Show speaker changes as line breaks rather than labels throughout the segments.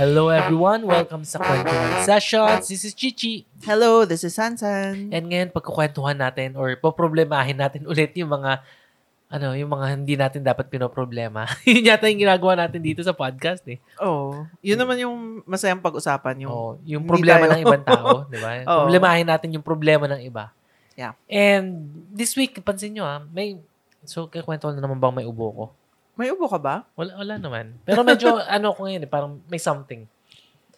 Hello everyone! Welcome sa Kwentuhan Sessions. This is Chichi.
Hello, this is Sansan.
And ngayon, pagkukwentuhan natin or poproblemahin natin ulit yung mga ano, yung mga hindi natin dapat pinoproblema. Yun yata yung ginagawa natin dito sa podcast eh.
Oh, yun naman yung masayang pag-usapan yung
Oo, yung
Oh, hindi
problema
tayo.
ng ibang tao, di ba?
Oo.
Problemahin natin yung problema ng iba.
Yeah.
And this week, pansin nyo ah, may, so kikwento ko na naman bang may ubo ko?
May ubo ka ba?
Wala, wala naman. Pero medyo ano ko ngayon eh, parang may something.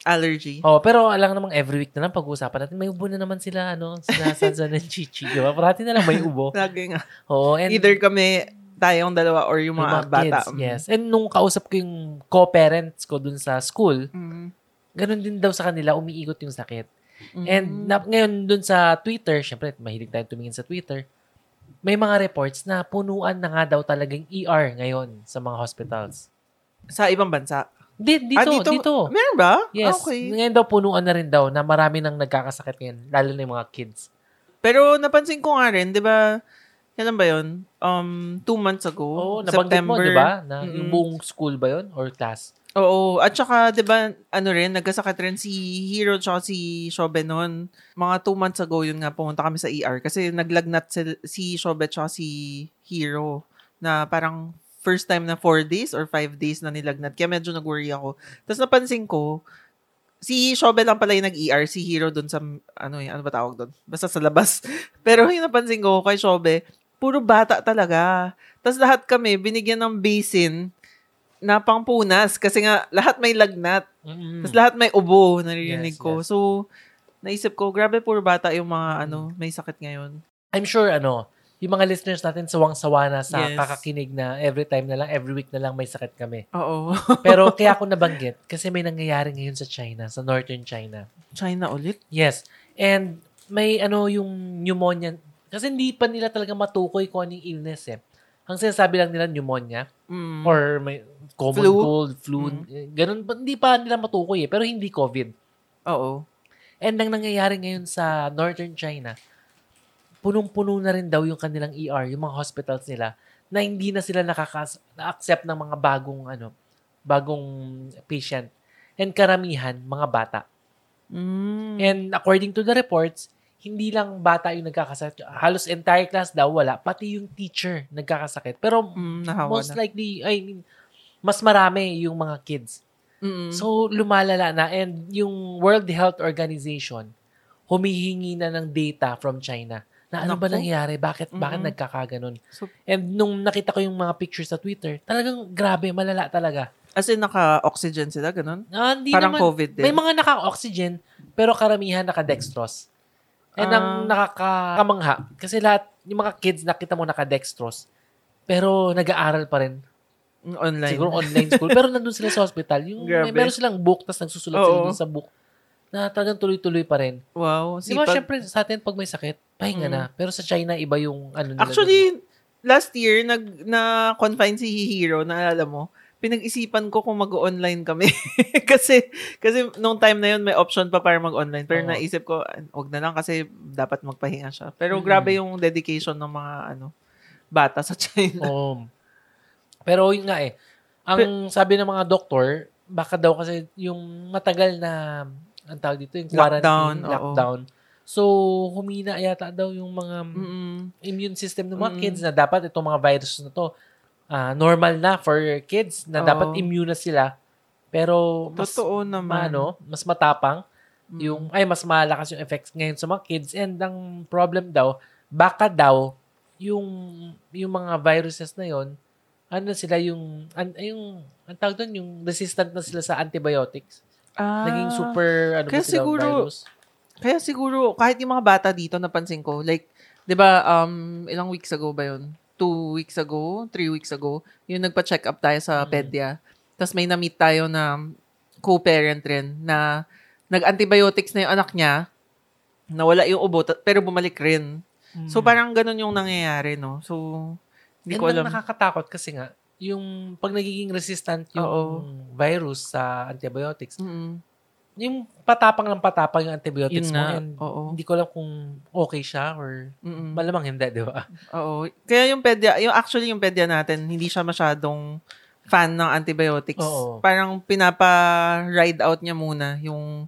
Allergy.
Oh, pero alam namang every week na lang pag-uusapan natin, may ubo na naman sila, ano, sila Sansan and Chichi, di ba? Parati na lang may ubo.
Lagi nga.
Oo, Oh. and
Either kami tayong dalawa or yung
Yung
mga, bata.
kids, yes. And nung kausap ko yung co-parents ko dun sa school,
Mm.
ganun din daw sa kanila, umiikot yung sakit.
Mm.
And na, ngayon dun sa Twitter, syempre mahilig tayo tumingin sa Twitter, may mga reports na punuan na nga daw talagang ER ngayon sa mga hospitals.
sa ibang bansa.
Di, dito,
Ah,
dito,
Meron ba?
Oh. Yes.
Ah, Okay.
Ngayon daw punuan na rin daw na marami nang nagkakasakit ngayon, lalo na yung mga kids.
Pero napansin ko nga rin, 'di ba? Kailan ba 'yon? Um, two months ago.
Oo, Oh, nabanggit mo, di ba? Na yung
Mm-mm.
buong school ba yon Or class?
Oo. At saka, di ba, ano rin, nagkasakit rin si Hero at si Shobe noon. Mga two months ago, yun nga, pumunta kami sa ER kasi naglagnat si, si Shobe at si Hero na parang first time na four days or five days na nilagnat. Kaya medyo nag-worry ako. Tapos napansin ko, si Shobe lang pala yung nag-ER, si Hero dun sa, ano yun, ano ba tawag dun? Basta sa labas. Pero yung napansin ko kay Shobe, puro bata talaga. Tapos lahat kami, binigyan ng basin na pangpunas kasi nga lahat may lagnat.
Mm-mm.
Tapos lahat may ubo, naririnig
Hmm. Yes,
ko.
yes. Hmm.
So, naisip ko, grabe puro bata yung mga ano, may sakit ngayon.
I'm sure ano, yung mga listeners natin sawang-sawa na sa
Yes.
kakakinig na every time na lang, every week na lang may sakit kami.
Oo.
Pero kaya ako nabanggit kasi may nangyayari ngayon sa China, sa northern China.
China ulit?
Yes. And may ano yung pneumonia. Kasi hindi pa nila talaga matukoy kung anong illness eh. Ang sinasabi lang nila pneumonia
Mm.
or may common
Flu? Mm.
cold, flu. eh, Ganun, pa- hindi pa nila matukoy eh. Pero hindi COVID.
Oo.
And ang nangyayari ngayon sa northern China, punong-puno na rin daw yung kanilang ER, yung mga hospitals nila, na hindi na sila nakakas- na-accept ng mga bagong, ano, bagong patient. And karamihan, mga bata.
Mm.
And according to the reports, hindi lang bata yung nagkakasakit. Halos entire class daw wala. Pati yung teacher nagkakasakit. Pero
Mm, nahawa
most
na.
likely, I mean, mas marami yung mga kids.
Mm.
So, lumalala na. And yung World Health Organization, humihingi na ng data from China. Na ano ba
Naku.
nangyari? Bakit, bakit
Mm-mm.
nagkakaganon?
So-
And nung nakita ko yung mga pictures sa Twitter, talagang grabe, malala talaga.
As in, naka-oxygen sila, ganun?
Ah, hindi
Parang
naman,
COVID din.
may mga naka-oxygen, pero karamihan naka-dextrose. And ang
Ah.
nakakamangha, kasi lahat, yung mga kids nakita mo naka-dextrose, pero nag-aaral pa rin.
Mm, Online.
Siguro online school. Pero nandun sila sa hospital. Yung, may,
Grabe.
meron silang book, tapos nagsusulat
Oo.
sila dun sa book. Na talagang tuloy-tuloy pa rin.
Wow.
Di ba,
sipag.
syempre, sa atin, pag may sakit, pahinga
Mm.
na. Pero sa China, iba yung ano nila. dun.
Actually, last year, nag, na-confine si Hero, naalala mo, pinag-isipan ko kung mag-online kami. kasi, kasi nung time na yun, may option pa para mag-online.
Oo.
Pero naisip ko, "Ah, wag na lang kasi dapat magpahinga siya.
Mm.
Pero grabe yung dedication ng mga ano bata sa China.
Oo. Pero yun nga eh. Ang sabi ng mga doktor, baka daw kasi yung matagal na, ang tawag dito, yung
Lockdown,
quarantine,
oo.
lockdown. So, humina yata daw yung mga
Mm-mm.
immune system ng mga
Mm.
kids na dapat itong mga virus na to ah, normal na for kids na dapat
Oo.
immune na sila pero mas
Totoo naman.
ano, mas matapang
Mm.
yung ay mas malakas yung effects ngayon sa mga kids and ang problem daw baka daw yung yung mga viruses na yon ano sila yung an, ay, yung ang tawag doon yung resistant na sila sa antibiotics
Ah.
naging super ano ba
kaya
sila
siguro,
virus
Kaya siguro, kahit yung mga bata dito, napansin ko, like, di ba, um, ilang weeks ago ba yun? Two weeks ago, three weeks ago, yung nagpa-check up tayo sa
Mm.
pedya. Tapos may na-meet tayo na co-parent rin na nag-antibiotics na yung anak niya, nawala yung ubo, ta- pero bumalik rin. So,
Mm.
parang ganun yung nangyayari, no? So,
Hindi
hindi ko alam.
nakakatakot kasi nga, yung pag nagiging resistant yung
Oo.
virus sa antibiotics,
Mm-mm.
yung patapang ng patapang yung antibiotics mo
Yun nga,
and
oo.
hindi ko alam kung okay siya or
Mm-mm.
malamang hindi, di ba?
Oo. Kaya yung pedya, yung actually yung pedya natin, hindi siya masyadong fan ng antibiotics.
Oo.
Parang pinapa-ride out niya muna yung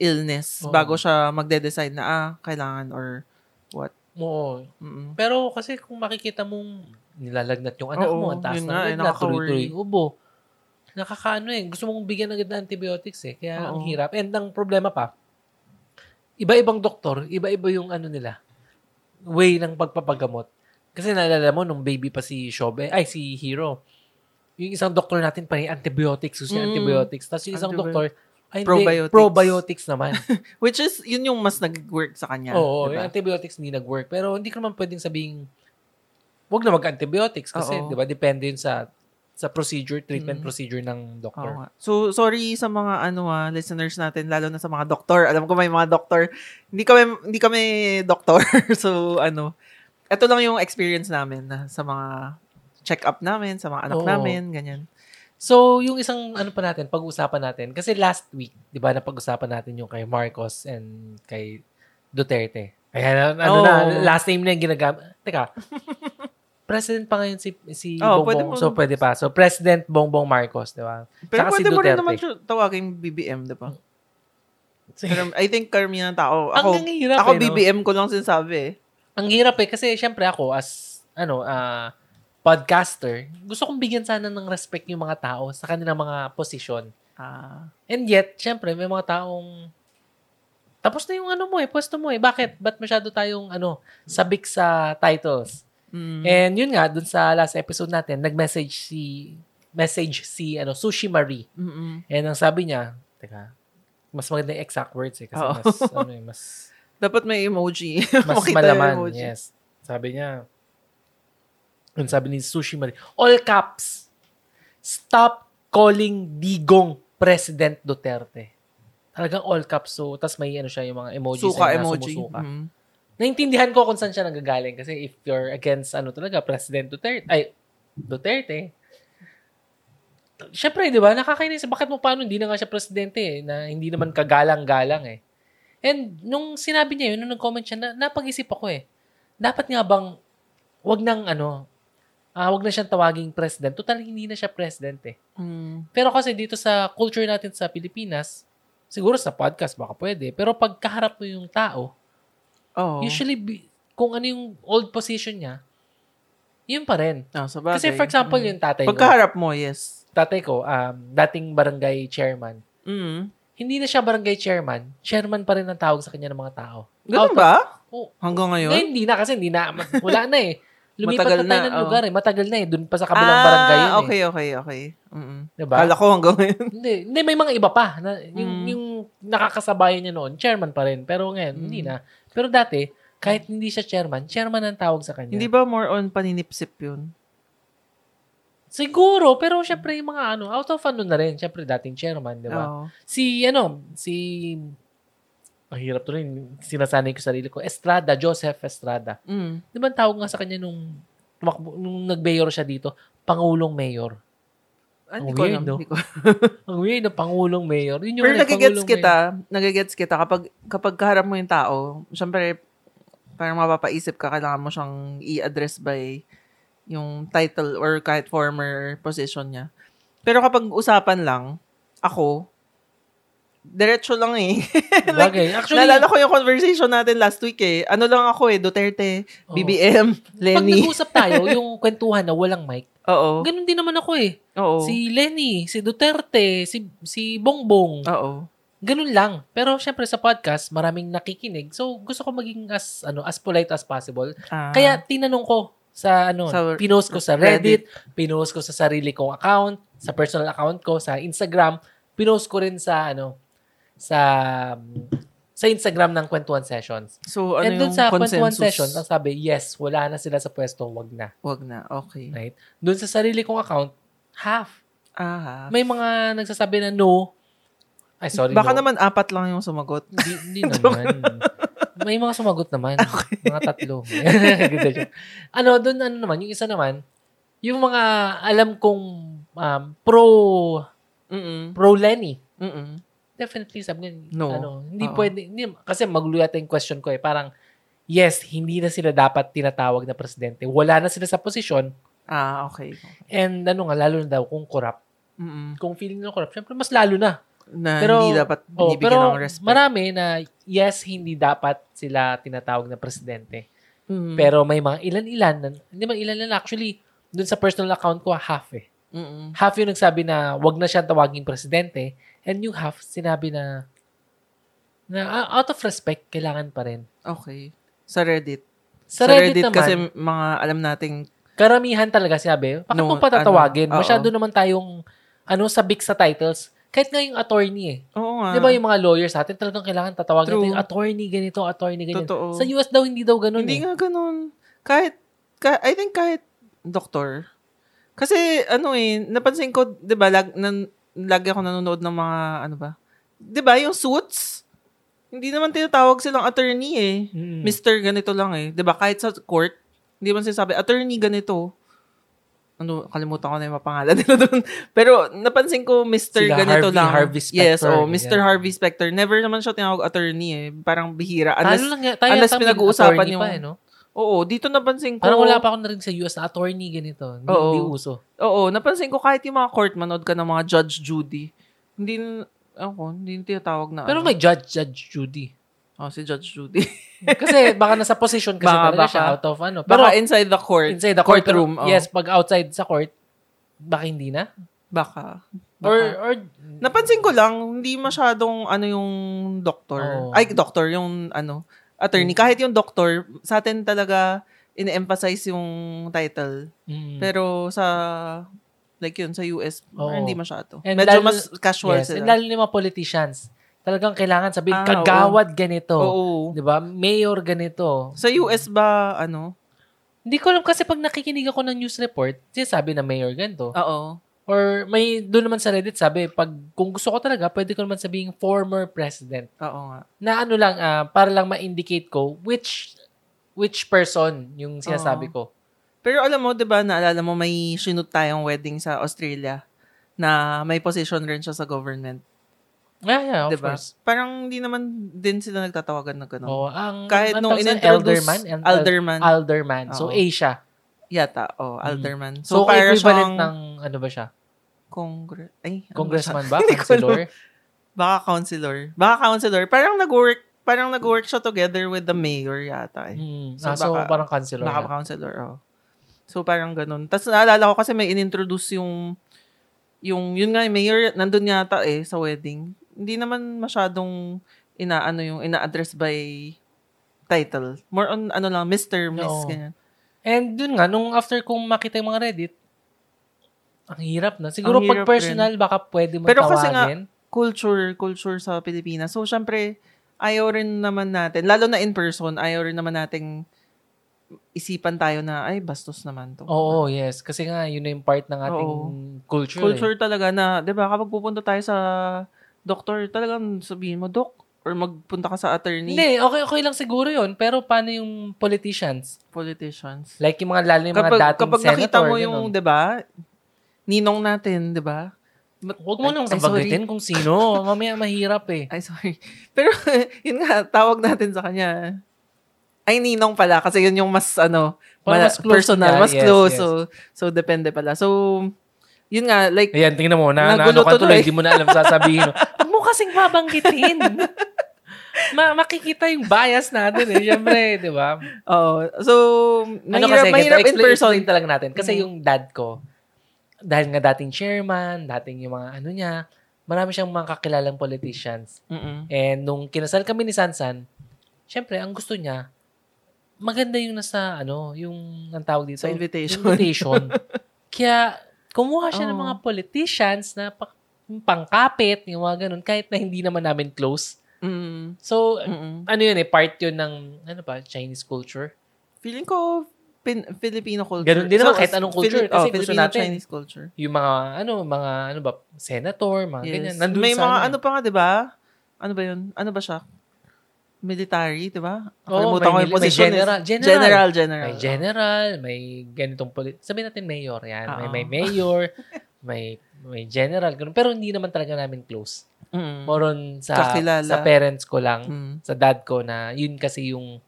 illness
Oo.
bago siya magde-decide na, ah, kailangan or what.
Oo.
Mm-mm.
Pero kasi kung makikita mong nilalagnat yung anak
Oo,
mo, ang taas ng
yun nga, eh,
lagnat,
nakaka-worry.
tuloy-tuloy yung ubo. Nakakaano eh. Gusto mong bigyan agad ng antibiotics eh. Kaya ang
Oo.
hirap. And ang problema pa, iba-ibang doktor, iba-iba yung ano nila, way ng pagpapagamot. Kasi naalala mo, nung baby pa si Shobe, ay si Hero, yung isang doktor natin pa eh, antibiotics, gusto niya
Mm.
antibiotics. Tapos yung isang
Antibi-
doktor, ay, hindi,
Probiotics.
probiotics naman.
Which is, yun yung mas nag-work sa kanya.
Oo, yung
diba?
antibiotics hindi nag-work. Pero hindi ko naman pwedeng sabing, wag na mag-antibiotics kasi,
Oo.
di ba, depende yun sa sa procedure, treatment
Mm.
procedure ng
Oo
doctor.
nga. So, sorry sa mga ano ah, listeners natin, lalo na sa mga doktor. Alam ko may mga doktor. Hindi kami, hindi kami doktor. so, ano. Ito lang yung experience namin na, sa mga check-up namin, sa mga anak
Oo.
namin, ganyan.
So, yung isang ano pa natin, pag-usapan natin, kasi last week, di ba, napag-usapan natin yung kay Marcos and kay Duterte. Ayan, ano
Oo.
na, last name na yung ginagamit. Teka, president pa ngayon si, si
Oo, pwede
Bongbong.
mo-
so, pwede pa. So, President Bongbong Marcos, di ba? Tsaka
Pero
si
pwede mo rin
Duterte.
naman siya tawagin BBM, di ba? Pero I think karamihan ng tao. Ako,
Ang hirap
ako
eh, no?
BBM ko lang sinasabi eh.
ang hirap eh kasi syempre ako as ano ah, podcaster, gusto kong bigyan sana ng respect yung mga tao sa kanilang mga posisyon.
Ah,
And yet, syempre may mga taong tapos na yung ano mo eh, pwesto mo eh. Bakit? Ba't masyado tayong ano, sabik sa titles?
mm,
And yun nga, dun sa last episode natin, nag-message si message si ano, Sushi Marie.
mm-mm.
And ang sabi niya, teka, mas maganda yung exact words eh kasi
Oo.
mas ano eh, mas
Dapat may emoji.
mas
Makita yung
malaman.
emoji.
Yes. Sabi niya, ang sabi ni Sushi Marie, all caps, stop calling Digong President Duterte. Talagang all caps. So, tas may ano siya, yung mga emojis
Suka
na
emoji.
sumusuka.
Mm.
Naintindihan ko kung saan siya nanggagaling kasi if you're against ano talaga, President Duterte, ay, Duterte, Siyempre, di ba? Nakakainis. Bakit mo paano? Hindi na nga siya presidente eh, na hindi naman kagalang-galang eh. And nung sinabi niya yun, nung nag-comment siya, na, napag-isip ako eh. Dapat nga bang, wag nang ano, ah, wag na siyang tawaging president. Total, hindi na siya president eh.
Mm.
Pero kasi dito sa culture natin sa Pilipinas, siguro sa podcast baka pwede, pero pagkaharap mo yung tao,
Oo.
usually bi- kung ano yung old position niya, yun pa rin.
Ah, sa
Kasi
bagay.
for example,
Mm.
yung tatay ko,
Pagkaharap mo, yes.
tatay ko, um, dating barangay chairman,
Mm.
hindi na siya barangay chairman, chairman pa rin ang tawag sa kanya ng mga tao.
Ganun
Out of-
ba?
Oo.
Hanggang ngayon?
Oh. Ngayon, hindi na kasi hindi na, ma- wala na eh. Lumipat
Matagal
na tayo
na,
ng
oh.
lugar eh. Matagal na eh. Doon pa sa kabilang barangay yun
Ah, okay, okay, okay. Mm-mm.
eh. Diba?
Kala ko hanggang ngayon.
Hindi, hindi, may mga iba pa. Na, yung,
Mm.
yung nakakasabayan niya noon, chairman pa rin. Pero ngayon,
Mm.
hindi na. Pero dati, kahit hindi siya chairman, chairman ang tawag sa kanya.
Hindi ba more on paninipsip yun?
Siguro, pero syempre yung mga ano, out of ano na rin. Syempre dating chairman, di ba?
Oo.
Si, ano, si, ang hirap to rin, sinasanay ko sarili ko, Estrada, Joseph Estrada.
Mm.
Di ba ang tawag nga sa kanya nung, tumakbo- nung nag-mayor siya dito, Pangulong Mayor.
Ah,
Ang
hindi
Oh,
ko
weird,
alam.
no?
Hindi ko
Ang weird na Pangulong Mayor. Yun yung
Pero
ano,
nagigets
Pangulong Mayor.
kita, nagigets kita kapag kapag kaharap mo yung tao, syempre parang mapapaisip ka kailangan mo siyang i-address by yung title or kahit former position niya. Pero kapag usapan lang, ako, diretso lang eh. like,
Bagay. Actually,
naalala ko yung conversation natin last week eh. Ano lang ako eh, Duterte,
Oo.
BBM,
pag
Lenny.
nag-usap tayo, yung kwentuhan na walang mic,
Oo.
ganun din naman ako eh.
Oo.
Si Lenny, si Duterte, si si Bongbong,
Oo.
ganun lang. Pero syempre sa podcast, maraming nakikinig. So gusto ko maging as ano, as polite as possible.
Ah.
Kaya tinanong ko sa ano,
Sa-
pinost ko sa
Reddit.
Reddit, pinost ko sa sarili kong account, sa personal account ko, sa Instagram, pinost ko rin sa ano, sa sa Instagram ng Kwentuhan Sessions.
so ano
And dun
yung
sa kwentuhan
consensus?
session, ang sabi, yes, wala na sila sa pwesto, wag na.
Wag na. Okay.
Right? Dun sa sarili kong account, half.
Aha.
May mga nagsasabi na no. Ay, sorry,
Baka
no.
naman apat lang yung sumagot.
Hindi, hindi naman. May mga sumagot naman. Mga tatlo. Good joke. ano, dun, ano naman, yung isa naman, yung mga alam kong um, pro
Mm-mm.
pro Lenny,
Mm-mm.
definitely sabi nun,
No. Ah.
ano, hindi
Oo.
pwede, hindi, kasi magulo yata yung question ko eh, parang, yes, hindi na sila dapat tinatawag na presidente. Wala na sila sa posisyon,
Ah, okay.
And ano nga, lalo na daw kung corrupt.
Mm-mm.
Kung feeling na corrupt, syempre mas lalo na.
Na
Pero-
hindi dapat
Oh,
binibigyan
pero
ng respect.
marami na yes, hindi dapat sila tinatawag na presidente.
Mm.
Pero may mga ilan-ilan, na- hindi man ilan lang actually, dun sa personal account ko, half eh.
Mm-mm.
Half yung nagsabi na wag na siya tawaging presidente and yung half sinabi na na ah, out of respect, kailangan pa rin.
Okay. Sa Reddit.
Sa, Reddit, naman,
kasi mga alam nating
karamihan talaga sinabi, bakit
No,
mo patatawagin?
ano, oo.
Masyado naman tayong ano, sabik sa titles. Kahit nga yung attorney eh.
Oo nga.
Di ba yung mga lawyers sa atin talagang kailangan tatawagin
Ah. True.
natin yung attorney ganito, attorney ganyan.
Totoo.
Sa US daw hindi daw ganun
Hindi
eh.
nga ganun. Kahit, ka- I think kahit doktor. Kasi ano eh, napansin ko, di ba, lag, nan, lagi ako nanonood ng mga, ano ba, di ba, yung suits, hindi naman tinatawag silang attorney eh.
Mm.
Mister ganito lang eh. Di ba, kahit sa court, hindi man sinasabi, attorney ganito. Ano, kalimutan ko na yung mga pangalan nila doon. Pero napansin ko, Mr.
Sila Harvey-
ganito lang.
Harvey
Yes,
Specter,
oh, Mr.
ganyan.
Harvey Specter. Never naman siya tinawag attorney eh. Parang bihira.
Unless,
Unless,
lang, nga- tayo
unless
yata may
pinag-uusapan
attorney
yung-
Pa, eh, no?
Oo, dito napansin ko.
Parang wala pa ako narinig sa US na attorney ganito. Hindi,
Oo.
hindi uso.
Oo, napansin ko kahit yung mga court, manood ka ng mga Judge Judy. Hindi, n- ako, hindi tinatawag na.
Pero
ano.
may judge, Judge Judy.
Oh, si Judge Judy.
Kasi baka nasa position kasi
Baka,
talaga siya
baka.
out of ano. Pero
baka inside the court.
inside the courtroom.
courtroom, oh.
Yes, pag outside sa court, baka hindi na. Mm.
Baka. Baka.
Or, or
Napansin ko lang, hindi masyadong ano yung doktor.
Oo. Hmm.
Ay, doktor, yung ano, attorney. Kahit yung doktor, sa atin talaga ine-emphasize yung title.
Mm.
Pero sa, like yun, sa US,
Oo.
hindi masyado.
And
Medyo
lalo-
mas casual
yes, and
sila.
lalo na yung mga politicians. Talagang kailangan sabihin,
Ah,
kagawad ganito.
Oo.
Di ba? Mayor ganito.
Sa US ba, ano?
Hindi ko alam kasi pag nakikinig ako ng news report, sinasabi na mayor ganito.
Oo.
Or may doon naman sa Reddit sabi, pag kung gusto ko talaga, pwede ko naman sabihing former president.
Oo nga.
Na ano lang ah, para lang ma-indicate ko which which person yung sinasabi ko.
Pero alam mo, 'di ba, naalala mo may sinut tayong wedding sa Australia na may position rin siya sa government,
Yeah, yeah, of
'di ba?
course.
Parang hindi naman din sila nagtatawagan ng ganun.
Oh, ang
Kahit
ang
nung
tawag sa
inintroduce
elderman, el-
alderman,
alderman. So
Oo.
Asia.
yata, oh, alderman.
Mm-hmm. So,
So, para
equivalent
siyang
ng ano ba siya?
congre- ay, ano ba
Congressman
siya?
ba?
Hindi ko alam.
Councilor?
Baka counselor. Baka counselor. Parang nag-work, parang nag-work siya together with the mayor yata. Eh.
Hmm.
So,
ah, so
baka-
parang councilor.
Baka
na.
counselor, oh. So, parang ganun. Tapos naalala ko kasi may inintroduce yung, yung, yun nga, yung mayor, nandun yata eh, sa wedding. Hindi naman masyadong inaano yung ina-address by title. More on, ano lang, Mr., Miss,
Oo.
ganyan.
And dun nga, nung after kong makita yung mga Reddit, ang hirap na. Siguro
Ang
pag
hirap
personal, baka pwede mo
Pero
tawagin.
kasi nga, Culture, culture sa Pilipinas. So, syempre, ayaw rin naman natin, lalo na in person, ayaw rin naman nating isipan tayo na, ay, bastos naman to.
Oo, yes. Kasi nga, yun na yung part ng ating
Oo.
culture.
culture
Eh.
talaga na, 'di ba, kapag pupunta tayo sa doctor, talagang sabihin mo, doc, or magpunta ka sa attorney,
Hindi, okay, okay lang siguro yun. Pero paano yung politicians?
politicians.
Like yung mga lalo yung mga
Kapag,
dating
kapag
senator.
nakita mo
ganun.
yung, 'di ba, ninong natin, 'di ba?
Huwag mo
Ay,
nang
ay, sorry.
sabagitin kung sino. Mamaya mahirap eh.
Ay, sorry. Pero, yun nga, tawag natin sa kanya. Ay, ninong pala. Kasi yun yung mas, ano,
Parang
mala-
mas close
personal,
nila.
mas
Yes,
close.
yes.
So, so, depende pala. So, yun nga, like,
Ayan, tingnan mo. Na,
Nagulo
naano ka tuloy.
tuloy.
Hindi mo na alam sasabihin. mo. Huwag mo kasing babanggitin. Ma- makikita yung bias natin eh. Siyempre, di ba?
oh, so,
Ano
mahirap,
kasi,
mahirap
ganito,
in person.
explain talaga natin. Kasi
Mhm.
yung dad ko, dahil nga dating chairman, dating yung mga ano niya, marami siyang mga kakilalang politicians.
Mm-mm.
And nung kinasal kami ni Sansan, syempre, ang gusto niya, maganda yung nasa, ano, yung, ang tawag dito?
Sa invitation.
invitation. Kaya, kumuha siya ng
Oo.
mga politicians na pa- yung pangkapit, yung mga ganun, kahit na hindi naman namin close.
Mm-mm.
So,
Mm-mm.
ano yun eh, part yun ng, ano ba, Chinese culture.
Feeling ko, Pin- Filipino culture. oh,
Ganun din naman, kahit anong culture, kasi gusto natin.
Chinese culture.
Yung mga, ano, mga, ano ba, senator, mga ganyan.
Yes.
Nandun
May
sa
mga
eh.
ano pa nga, di ba? Ano ba yun? Ano ba siya? Military, di ba?
Oo,
Nakalimutan
may
ko
mili- may
position eh.
general- general.
General, general.
May general, may ganitong polit... Sabihin natin mayor yan. May,
Oo.
may mayor, may may general, ganun. Pero hindi naman talaga namin close.
Mm.
More on sa,
Kakilala. Hmm.
sa parents ko lang,
Mm.
sa dad ko na yun kasi yung,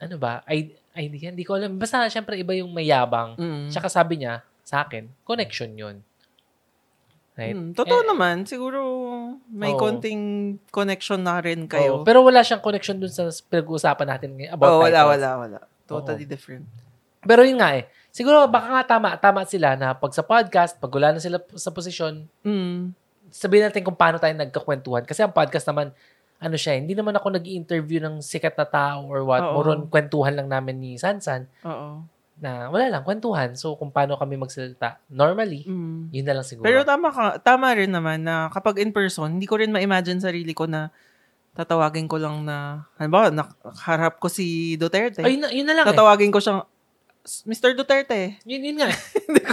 ano ba, ay, Ay, hindi, hindi ko alam. Basta, syempre, iba yung mayabang.
Mm.
Tsaka sabi niya, sa akin, connection yun. Right?
Mm, totoo
Eh,
naman. Siguro may
Oo.
konting connection na
Oo,
rin kayo.
pero wala siyang connection dun sa pinag-uusapan natin ngayon about
Oo, wala,
titles.
wala, wala. Totally different.
Pero yun nga eh. Siguro baka nga tama, tama sila na pag sa podcast, pag wala na sila sa posisyon,
Mm.
sabihin natin kung paano tayo nagkakwentuhan. Kasi ang podcast naman, ano siya, eh, hindi naman ako nag interview ng sikat na tao or what.
Oo.
Moron, kwentuhan lang namin ni Sansan
Oo.
na wala lang, kwentuhan. So, kung paano kami magsalita normally,
Mm.
yun na lang siguro.
Pero tama ka, tama rin naman na kapag in person, hindi ko rin ma-imagine sarili ko na tatawagin ko lang na, ano ba, nakaharap ko si Duterte.
Ay, yun, na, yun na lang eh.
tatawagin ko siyang, "S- Mr. Duterte.
Yun, yun nga. eh.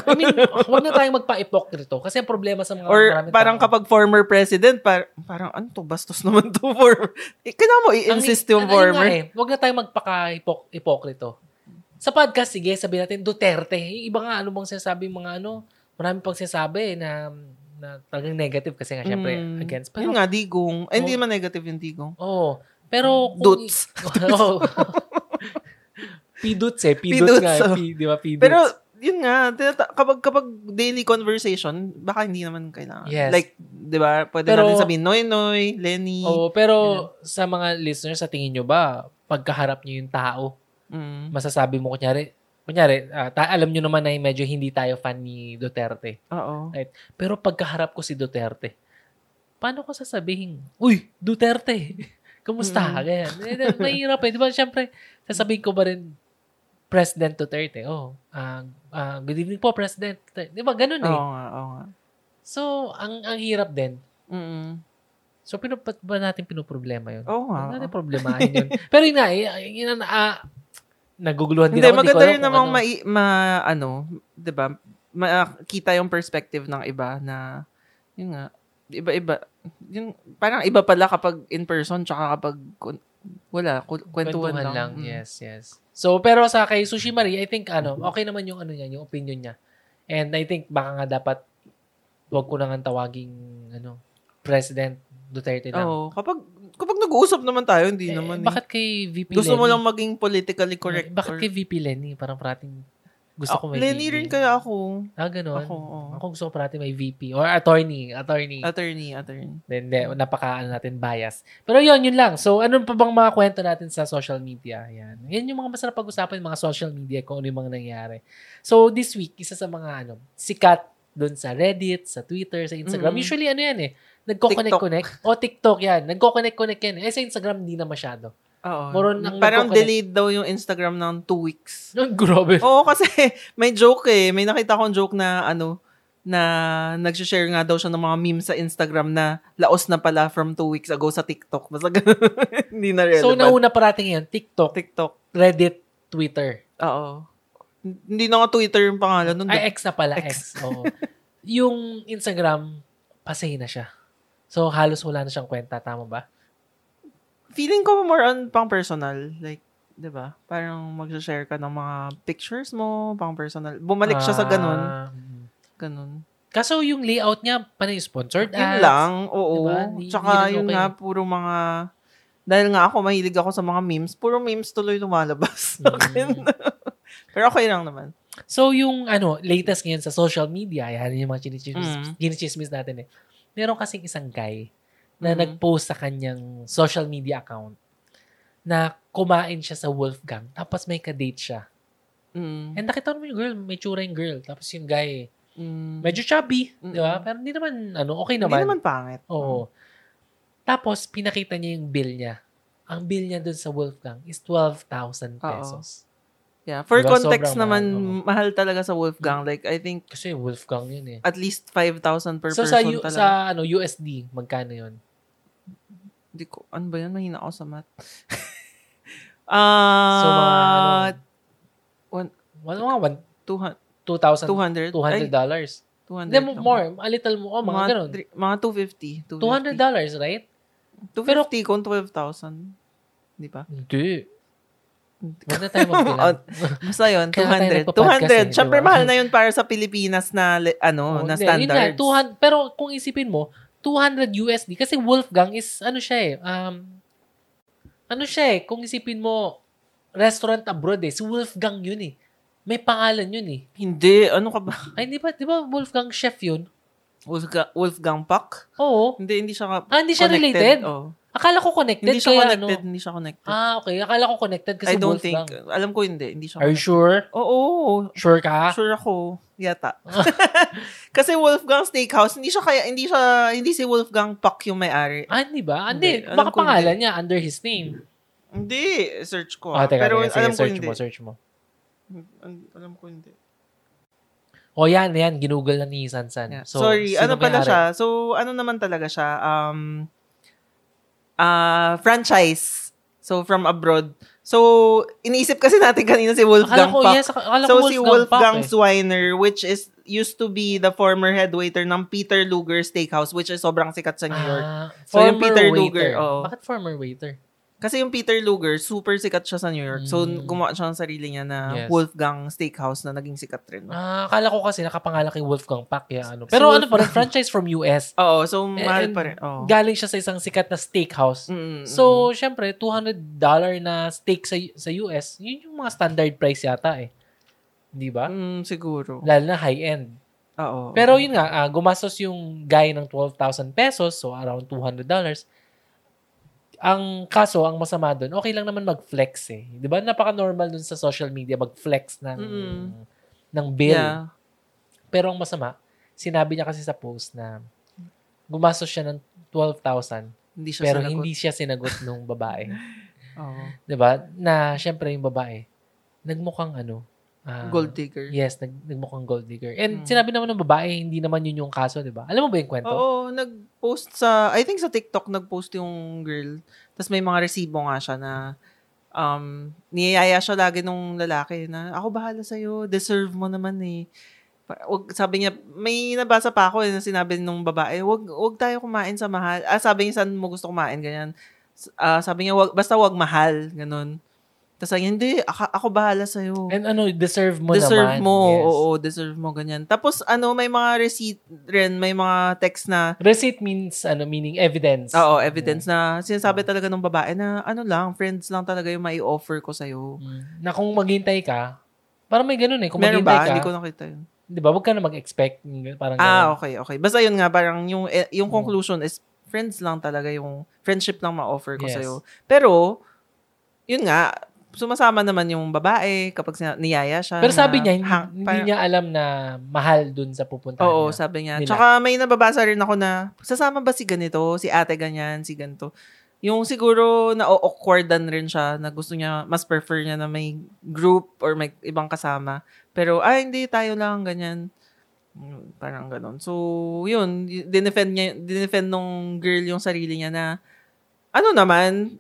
I mean, huwag na tayong magpa-ipokrito kasi ang problema sa mga
Or
maraming
parang
tao-
kapag former president, par- parang ano to, bastos naman to former. Eh, kailangan mo
Ang-
i-insist
ang-
yung
ayun nga
former.
Eh, huwag na tayong magpaka-ipokrito. Sa podcast, sige, sabihin natin, Duterte. Yung iba nga, ano bang sinasabi, yung mga ano, marami pang sinasabi na, na talagang negative kasi nga, syempre,
Mm.
against. Oh.
Yun
Pero,
nga, digong. Ay, hindi
Oo.
naman negative yung digong.
oh, pero,
Dudes.
Oo. P-dudes eh. P-dudes
P-dudes,
nga.
oh.
P, di ba? P-dudes.
Pero, yun nga, tinata- kapag, kapag daily conversation, baka hindi naman kailangan.
Yes.
Like, di ba, pwede
Pero-
natin sabihin, Noy Noy, Lenny.
oh, pero sa mga listeners, sa tingin nyo ba, pagkaharap nyo yung tao,
Mm.
masasabi mo, kunyari, kunyari, ah, ta- alam nyo naman na medyo hindi tayo fan ni Duterte.
Oo.
Pero pagkaharap ko si Duterte, paano ko sasabihin, Uy, Duterte, kumusta?
Mm.
Ganyan. Eh, na- Mahirap eh. Di ba, syempre, sasabihin ko ba rin, President Duterte, oh, ah, ah, good evening po, President Duterte. Di ba, ganun eh.
Oo nga, oo nga.
So, ang ang hirap din.
Mm-mm.
So, pinu- ba't ba natin pinoproblema yun?
Oo nga.
Ba't natin
oo.
problemahin yun? Pero yun nga, eh, yun ang, ah, naguguluhan din ako. di
Hindi,
ko
maganda
alam
rin
kung
namang
ano.
ma, ma, ano, di ba, makita yung perspective ng iba na, yun nga, iba-iba, yun, parang iba pala kapag in person, tsaka kapag, kun- wala, ku- kwentuhan, lang. Mm.
Yes, yes. So, pero sa kay Sushi Marie, I think, ano, okay naman yung, ano niya, yung opinion niya. And I think, baka nga dapat, wag ko na nga tawaging, ano, President Duterte lang.
Oo, kapag, kapag nag-uusap naman tayo,
Eh,
hindi naman. eh.
bakit kay VP
Gusto
Lenny?
mo lang maging politically correct.
Eh, Bakit
or-
kay VP Lenny? Parang parating, gusto
Ah,
ko may
Lenny
VP.
rin kaya ako.
Ah, ganun.
Ako,
Ako,
oo.
gusto ko parating may VP. Or attorney, attorney.
Attorney, attorney.
Then, de, napaka ano natin bias. Pero yun, yun lang. So, ano pa bang mga kwento natin sa social media? Ayan. Yan yung mga masarap pag-usapan yung mga social media kung ano yung mga nangyayari. So, this week, isa sa mga ano, sikat doon sa Reddit, sa Twitter, sa Instagram.
Mm-mm.
Usually, ano yan eh, nagko-connect-connect. O TikTok yan. Nagko-connect-connect yan. Eh, sa Instagram, di na masyado.
Oo.
Moron ang
Parang
nagko-connect.
delayed daw yung Instagram ng two weeks.
Ang grabe.
Oo, kasi may joke eh. May nakita akong joke na ano, na nag-share nga daw siya ng mga memes sa Instagram na laos na pala from two weeks ago sa TikTok. Basta ganun. hindi na relevant.
so, nauna parating yan, TikTok,
TikTok.
Reddit, Twitter.
Oo. Hindi na nga Twitter yung pangalan. Nun,
Ay, X na pala. X.
X.
Oo. yung Instagram, pasay na siya. So, halos wala na siyang kwenta. Tama ba?
feeling ko more on pang personal. Like, 'di ba? Parang mag-share ka ng mga pictures mo, pang personal. Bumalik siya sa ganun,
Ah, mm.
ganun.
Kaso yung layout niya, panay sponsored
Yun
ads.
lang, oo.
Diba? Hindi-
Tsaka
hindi rin
yun
okay.
nga puro mga dahil nga ako mahilig ako sa mga memes, puro memes tuloy lumalabas sa akin. Pero okay lang naman.
Mm. So, yung ano, latest ngayon sa social media, yan yung mga chinichismis,
Mm.
chinichismis natin eh. Meron kasing isang guy na
Mm.
nag-post sa kanyang social media account na kumain siya sa Wolfgang tapos may kadate siya.
Mm.
And nakita mo yung girl, may tsura yung girl. Tapos yung guy,
Mm.
medyo chubby,
Mm.
di ba? Pero hindi naman, ano, okay
Hindi
naman.
naman pangit.
Oo. Tapos, pinakita niya yung bill niya. Ang bill niya dun sa Wolfgang is 12,000
Oo.
pesos.
Yeah. For
Diba? Sobrang
context naman,
mahal, oo.
mahal talaga sa Wolfgang. Like, I think
Kasi Wolfgang yun eh.
at least 5,000 per
so,
person
sa, U-
talaga.
sa ano, USD, magkano yun?
Hindi ko, ano ba yan? Mahina ako sa math. Ah,
So, mga
one-
ano, mga one-
200,
2,000,
200, ay,
200 dollars.
200
Hindi, mo-
lang.
more, a little more, oh, mga ganun.
three- mga 250.
200 dollars, right?
250 kung 12,000. Di ba?
Hindi. Huwag na tayo magbilang.
Basta yun,
Kaya tayo
200.
nagpa-podcast eh,
200.
di
Siyempre,
ba?
mahal na yun para sa Pilipinas na, le- ano,
Oo, Oh,
na
hindi, yun nga,
standards.
200 pero kung isipin mo, 200 USD. Kasi Wolfgang is, ano siya eh, um, ano siya eh, kung isipin mo, restaurant abroad eh. Si Wolfgang yun eh. May pangalan yun eh.
Hindi, ano ka ba?
Ay, di ba, di ba Wolfgang Chef yun?
Wolfga- Wolfgang Puck?
Oo.
Hindi, hindi siya ka-
Ah, hindi siya related?
connected. Oh.
Akala ko connected.
Hindi siya
kaya
connected,
Ano.
hindi siya connected.
Ah, okay. Akala ko connected kasi
I don't
Wolfgang.
think. uh, Alam ko hindi, hindi siya
Are you
connected.
sure? Ah.
Oo, oo, oo.
Sure ka?
Sure ako, yata. Kasi Wolfgang Steakhouse, hindi siya kaya, hindi siya, hindi si Wolfgang Puck yung may-ari.
Ah, hindi ba? Hindi.
Hindi. Alam
Baka
ko hindi.
pangalan niya under his name.
Hindi, search ko.
Ah,
ah.
teka,
Pero
teka. Sige,
alam ko
search
hindi.
mo, search mo.
Al- Alam ko hindi.
O Oh, yan, yan. Ginugol na ni Sansan.
Yeah.
So,
Sorry,
sino
ano pala
may-ari?
siya? So, ano naman talaga siya? Um, ah franchise. So, from abroad. So, iniisip kasi natin kanina si
Akala
Wolfgang
ko,
Puck.
yes. Akala
so,
ko
si
Wolfgang
Wolfgang
Puck, eh.
Swiner, which is used to be the former head waiter ng Peter Luger Steakhouse, which is sobrang sikat sa New York.
Ah,
So, yung
former
Peter
waiter.
Luger, oh. oo.
Bakit former waiter?
Kasi yung Peter Luger, super sikat siya sa New York. So,
Mm.
gumawa siya ng sarili niya na
Yes.
Wolfgang Steakhouse na naging sikat rin.
Ah, akala ko kasi nakapangalan kay Wolfgang Puck. Kaya ano. Pero ano pa rin, franchise from US.
Oo, so
Eh,
mahal
and
pa rin. Oo.
Galing siya sa isang sikat na steakhouse.
Oh. Mm, mm,
So, syempre, $200 na steak sa, sa US, yun yung mga standard price yata eh. Di ba?
mm, siguro.
Lalo na high-end.
Oo.
Pero yun nga, ah, gumastos yung guy ng 12,000 pesos, so around $200. Ang kaso, ang masama doon, okay lang naman mag-flex eh. Di ba? Napaka-normal dun sa social media, mag-flex ng,
Mm.
ng bill.
Yeah.
Pero ang masama, sinabi niya kasi sa post na gumastos siya ng 12,000
Hindi siya
pero
sinagot.
hindi siya sinagot nung babae.
Oo.
'Di ba? Na syempre yung babae nagmukhang ano, ah,
Gold digger.
Yes, nag, nagmukhang gold digger. And
Mm.
sinabi naman ng babae, hindi naman yun yung kaso, 'di ba? Alam mo ba yung kwento?
Oo, nag-post sa, I think sa TikTok, nag-post yung girl. Tapos may mga resibo nga siya na, um, niyayaya siya lagi nung lalaki na, ako bahala sa'yo, deserve mo naman eh. Pa- Wag, sabi niya, may nabasa pa ako eh, na sinabi nung babae, wag, wag tayo kumain sa mahal. Ah, sabi niya, saan mo gusto kumain, ganyan. S- ah, sabi niya, wag, basta wag mahal, ganun. Tapos sabi niya, hindi, ako, ako bahala sa'yo
And ano, deserve mo
deserve
naman.
mo,
Yes.
oo, deserve mo, ganyan. Tapos, ano, may mga receipt rin, may mga text na,
Receipt means ano, meaning evidence.
oo, evidence na sinasabi talaga ng babae na, ano lang, friends lang talaga yung may offer ko sa'yo.
Mm. Na kung maghintay ka, parang may ganun eh. Kung
Meron
maghintay
ba?
ka,
Hindi ko nakita yun.
'di ba? Huwag ka na mag-expect parang
Ah,
ganun.
okay, okay. Basta yun nga, parang yung, eh, yung
Mm.
conclusion is, friends lang talaga yung, friendship lang ma-offer ko
Yes.
sa'yo. Pero, yun nga, sumasama naman yung babae kapag sina- niyaya siya.
Pero sabi
na
niya, hindi,
hang-
hindi
parang-
niya alam na mahal dun sa pupuntahan niya.
Oo, sabi niya.
nila.
Tsaka may nababasa rin ako na, sasama ba si ganito, si ate ganyan, si ganito. Yung siguro na awkwardan rin siya na gusto niya, mas prefer niya na may group or may ibang kasama. Pero, ah, hindi, tayo lang, ganyan. Mm, Parang ganon. So, yun, y- dinefend, niya, dinefend nung girl yung sarili niya na, ano naman,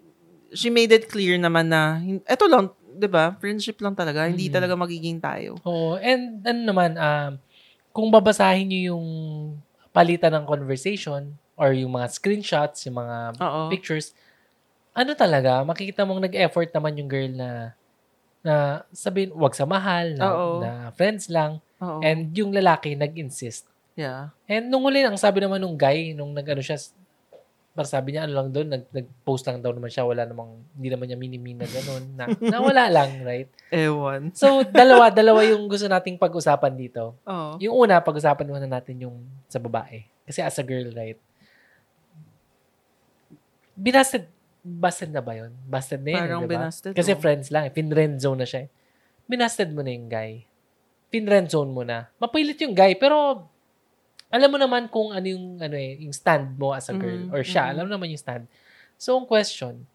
she made it clear naman na, hin- eto lang, 'di ba friendship lang talaga, hindi
Mm.
talaga magiging tayo.
Oo. And ano naman, um, kung babasahin niyo yung palitan ng conversation or yung mga screenshots, yung mga
Oo.
pictures, ano talaga, makikita mong nag-effort naman yung girl na na sabihin, wag sa mahal, na,
Oo.
na friends lang.
Oo.
And yung lalaki nag-insist.
yeah.
And nung huli, ang sabi naman nung guy, nung nag-ano siya, para sabi niya, ano lang doon, nag, nag-post lang daw naman siya, wala namang, hindi naman niya minimin na gano'n, na, na wala lang, right?
Ewan.
So, dalawa, dalawa yung gusto nating pag-usapan dito.
Oo.
Yung una, pag-usapan muna natin yung sa babae. Kasi as a girl, right? Binasted, busted na ba yun? Busted na yun,
Parang
eh, diba?
binasted,
Kasi
oh.
friends lang, eh. finred zone na siya. eh. Binasted mo na yung guy. Finred zone mo na. Mapilit yung guy, pero alam mo naman kung ano yung, ano eh, yung stand mo as a girl.
Mhm,
Or siya,
mhm.
alam naman yung stand. So, ang question,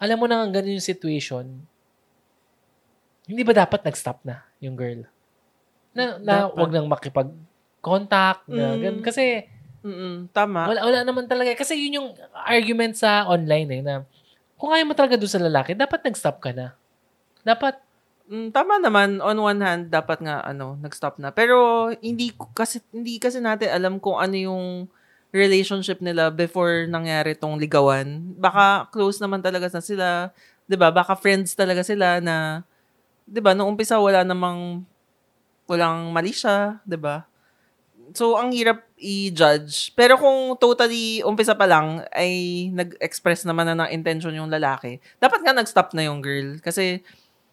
alam mo na ang ganun yung situation, hindi ba dapat nag-stop na yung girl? Na, na
Dapat.
wag nang makipag-contact. Na,
Mm.
ganun. Kasi
Mm-mm, tama.
wala, wala naman talaga. Kasi yun yung argument sa online eh, na kung ayaw mo talaga doon sa lalaki, dapat nag-stop ka na. Dapat,
Mm, tama naman on one hand dapat nga ano, nag-stop na. Pero hindi ko- kasi hindi kasi natin alam kung ano yung relationship nila before nangyari tong ligawan. Baka close naman talaga na sila, 'di ba? Baka friends talaga sila na 'di ba, nung umpisa wala namang walang mali siya, 'di ba? So ang hirap i-judge. Pero kung totally umpisa pa lang ay nag-express naman na ng intention yung lalaki, dapat nga nag-stop na yung girl kasi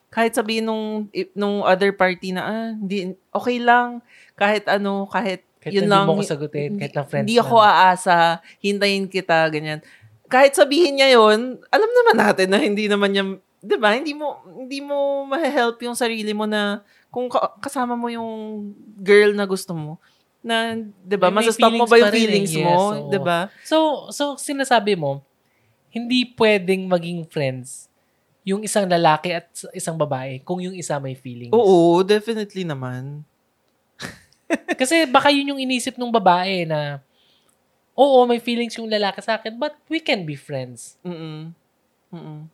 kahit sabihin nung, i- nung other party na, ah, hindi, okay lang, kahit ano, kahit,
Kahit hindi
yun lang,
mo ko sagutin, kahit lang friends
hindi ako
lang.
aasa, hintayin kita, ganyan. Kahit sabihin niya yon alam naman natin na hindi naman niya, di ba, hindi mo, hindi mo ma-help yung sarili mo na, kung ka- kasama mo yung girl na gusto mo, na, di ba,
May- may
masastop
feelings
mo ba yung
pa rin eh,
feelings
yes,
mo,
oo.
di ba?
So, so sinasabi mo, hindi pwedeng maging friends yung isang lalaki at s- isang babae kung yung isa may feelings.
Oo, definitely naman.
Kasi baka yun yung inisip ng babae na, oo, may feelings yung lalaki sa akin, but we can be friends.
Mm-mm. Mm-mm.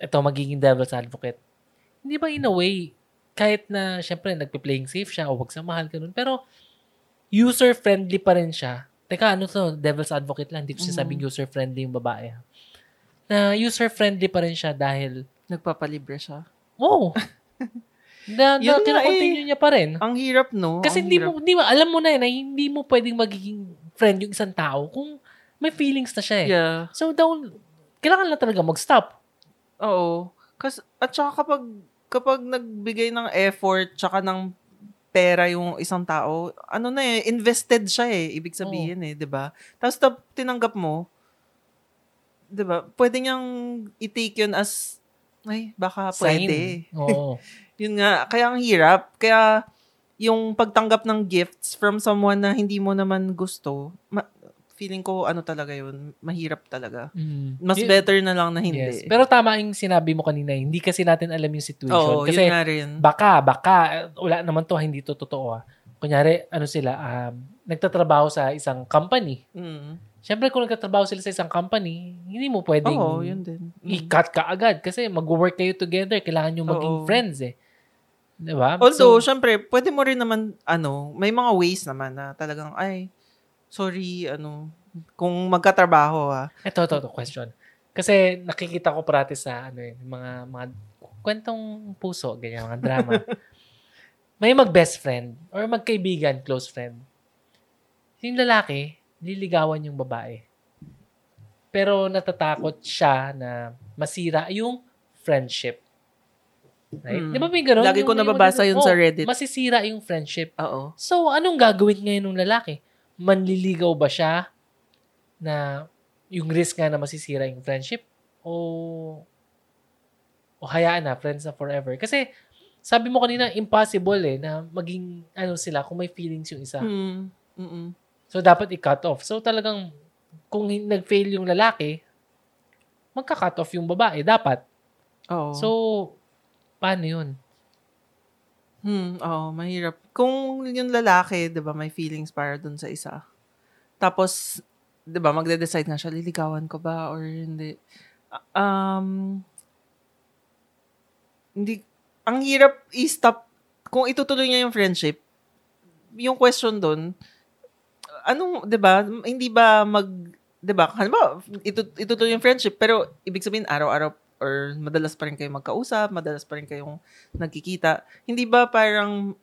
Ito, magiging devil's advocate. Hindi ba in a way, kahit na, syempre, nagpe-playing safe siya o wag sa mahal, ganun, pero user-friendly pa rin siya. Teka, ano to? Devil's advocate lang. Hindi ko sinasabing
Mm-hmm.
user-friendly yung babae. ha. Na user-friendly pa rin siya dahil
Nagpapalibre siya.
Oo. na, na
Yun nga
kinakontinue niya pa rin.
Ang hirap, no?
Kasi
Ang
hindi
hirap.
mo, hindi mo, alam mo na yun, na hindi mo pwedeng magiging friend yung isang tao kung may feelings na siya eh.
Yeah.
So, down, kailangan lang talaga mag-stop.
Oo. Kas, at saka kapag, kapag nagbigay ng effort, tsaka ng pera yung isang tao, ano na eh, invested siya eh, ibig sabihin eh, di ba? Tapos tap, tinanggap mo, di ba, pwede niyang i-take yun as, ay, baka pwede.
Sign. Oo.
Yun nga, kaya ang hirap. Kaya yung pagtanggap ng gifts from someone na hindi mo naman gusto, ma- feeling ko ano talaga yun, mahirap talaga.
Mm.
Mas
Yun-
better na lang na hindi.
Yes. Pero tama yung sinabi mo kanina, eh. hindi kasi natin alam yung situation.
Oo,
kasi
yun nga rin.
baka, baka, eh, wala naman to, hindi to totoo ah. Kunyari, ano sila, um, nagtatrabaho sa isang company.
Mm.
Siyempre, kung nagtatrabaho sila sa isang company, hindi mo pwedeng
Oo, yun din. Mm.
i-cut ka agad kasi mag-work kayo together. Kailangan nyo maging
Oo.
friends eh. Diba?
Mm. Although,
So,
syempre, pwede mo rin naman, ano, may mga ways naman na talagang, ay, sorry, ano, kung magkatrabaho, ah.
ito, ito, ito, question. Kasi nakikita ko parati sa ano eh, mga, mga kwentong puso, ganyan, mga drama. May mag-best friend or magkaibigan, close friend. Yung lalaki, liligawan yung babae. Pero natatakot siya na masira yung friendship. Right?
Mm.
Di ba may ganun?
Lagi
Yung-
ko
yung-
nababasa yun
oh,
sa Reddit.
Masisira yung friendship.
Oo.
So, anong gagawin ngayon ng lalaki? Manliligaw ba siya na yung risk nga na masisira yung friendship? O, o hayaan na, friends na forever? Kasi, sabi mo kanina, impossible eh, na maging, ano sila, kung may feelings yung isa.
Mm. Mm-mm.
So, dapat i-cut off. So, talagang, kung hin- nag-fail yung lalaki, magka-cut off yung babae. Dapat.
Oo.
So, paano yun?
Hmm, oo, mahirap. Kung yung lalaki, 'di ba, may feelings para dun sa isa. Tapos, 'di ba, magde-decide na siya liligawan ko ba or hindi. Ah, Um hindi ang hirap i-stop kung itutuloy niya yung friendship. Yung question dun, anong, 'di ba, hindi ba mag 'di ba, halimbawa, itu, itutuloy yung friendship pero ibig sabihin araw-araw or madalas pa rin kayo magkausap, madalas pa rin kayong nagkikita, hindi ba parang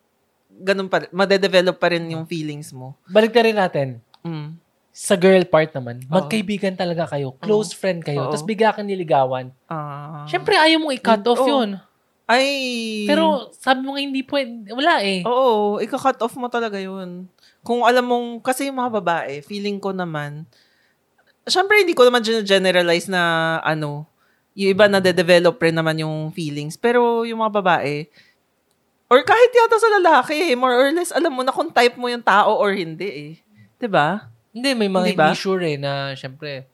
ganun pa, madedevelop pa rin yung feelings mo?
Balik na rin natin.
Mm.
sa girl part naman,
Oo.
magkaibigan talaga kayo, close friend kayo,
Oo.
tapos bigla kang niligawan.
Ah.
Siyempre, ayaw mong i-cut off
Oo.
yun.
Ay!
Pero sabi mo nga hindi pwede, wala eh.
Oo, ika-cut off mo talaga yun. Kung alam mong, kasi yung mga babae, feeling ko naman, syempre hindi ko naman generalize na ano, yung iba na develop rin naman yung feelings. Pero yung mga babae, or kahit yata sa lalaki, eh, more or less, alam mo na kung type mo yung tao or hindi eh. 'Di ba?
Hindi, may mga
Hindi ba?
hindi sure eh na siyempre,